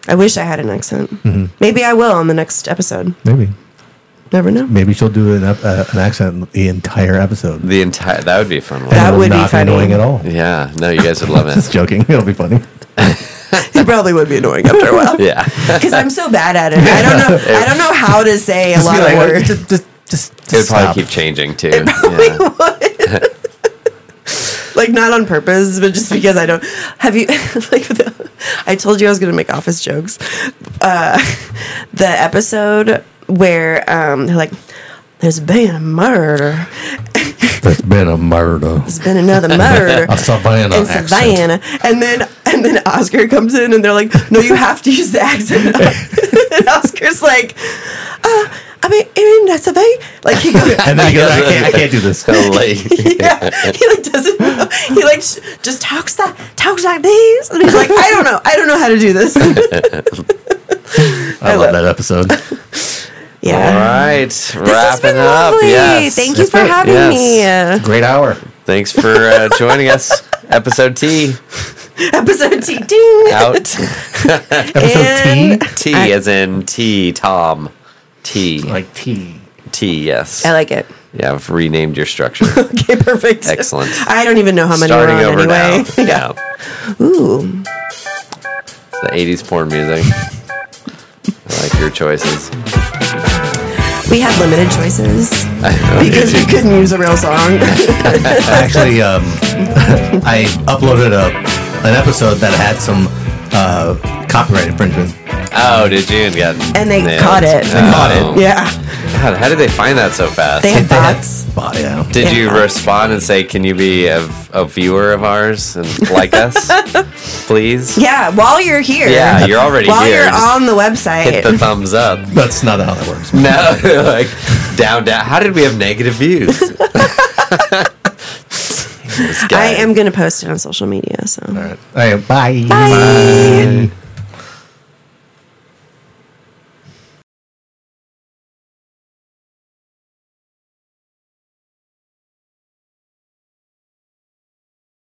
C: I wish I had an accent.
B: Mm-hmm.
C: Maybe I will on the next episode.
B: Maybe,
C: Never know.
B: maybe she'll do an ep- uh, an accent the entire episode.
A: The entire that would be a fun one.
B: And
C: That
B: it'll
C: would be
B: not
C: funny.
B: annoying at all.
A: yeah, no, you guys would love
B: Just
A: it.
B: joking. It'll be funny.
C: It probably would be annoying after a while.
A: Yeah,
C: Because I'm so bad at it. I don't know. I don't know how to say a
B: Just
C: lot
B: be
C: of
B: like,
C: words.
B: Just, just, just, just
A: it would probably
B: stop.
A: keep changing too. Yeah.
C: Like not on purpose, but just because I don't. Have you? Like, the, I told you I was going to make office jokes. Uh, the episode where um, they're like, "There's been a murder.
B: There's been a murder.
C: There's been another murder."
B: A Savannah
C: in
B: accent.
C: Savannah, and then and then Oscar comes in, and they're like, "No, you have to use the accent." and Oscar's like, uh, "I mean, in that Savannah, like he goes,
B: And then he goes, I can't, I can't do this.
A: So like,
C: yeah, he like doesn't, know. he like sh- just talks that talks like these, and he's like, "I don't know, I don't know how to do this."
B: I
C: love-
B: love that episode.
A: all
C: yeah,
A: right,
C: this has
A: wrapping
C: been
A: up.
C: lovely.
A: Yes,
C: Thank you for having
A: Yes.
B: Great hour.
A: thanks for uh, joining us. Episode T
C: me. Episode T, ding,
A: out.
B: Episode
C: And-
B: T.
A: T as in T Tom. T
B: Like T.
A: T. Yes.
C: I like it.
A: yeah, I've renamed your structure.
C: Okay, perfect.
A: Excellent.
C: I don't even know how many
A: Starting
C: we're on
A: over
C: anyway.
A: now. Yeah.
C: Ooh.
A: It's the 80s porn music. I like your choices.
C: We had limited choices because we couldn't use a real song.
B: Actually, um, I uploaded a, an episode that had some uh, copyright infringement.
A: Oh, did you? Yeah.
C: and they
A: nailed.
C: caught it.
A: Oh.
B: caught
C: Yeah,
A: God, how did they find that so fast?
C: they had
B: They had
C: bots.
B: bought it out.
A: did you
C: Yeah.
A: respond and say, "Can you be a, a viewer of ours and like us, please"?
C: Yeah, while you're here.
A: Yeah, you're already
C: while
A: here.
C: you're
A: Just
C: on the
A: Hit
C: website.
A: the thumbs up.
B: That's not how that works.
A: No, like down, down. How did we have negative views? This
C: I
A: guy.
C: am gonna post it on social media. So
B: All right. All right. Bye.
C: bye.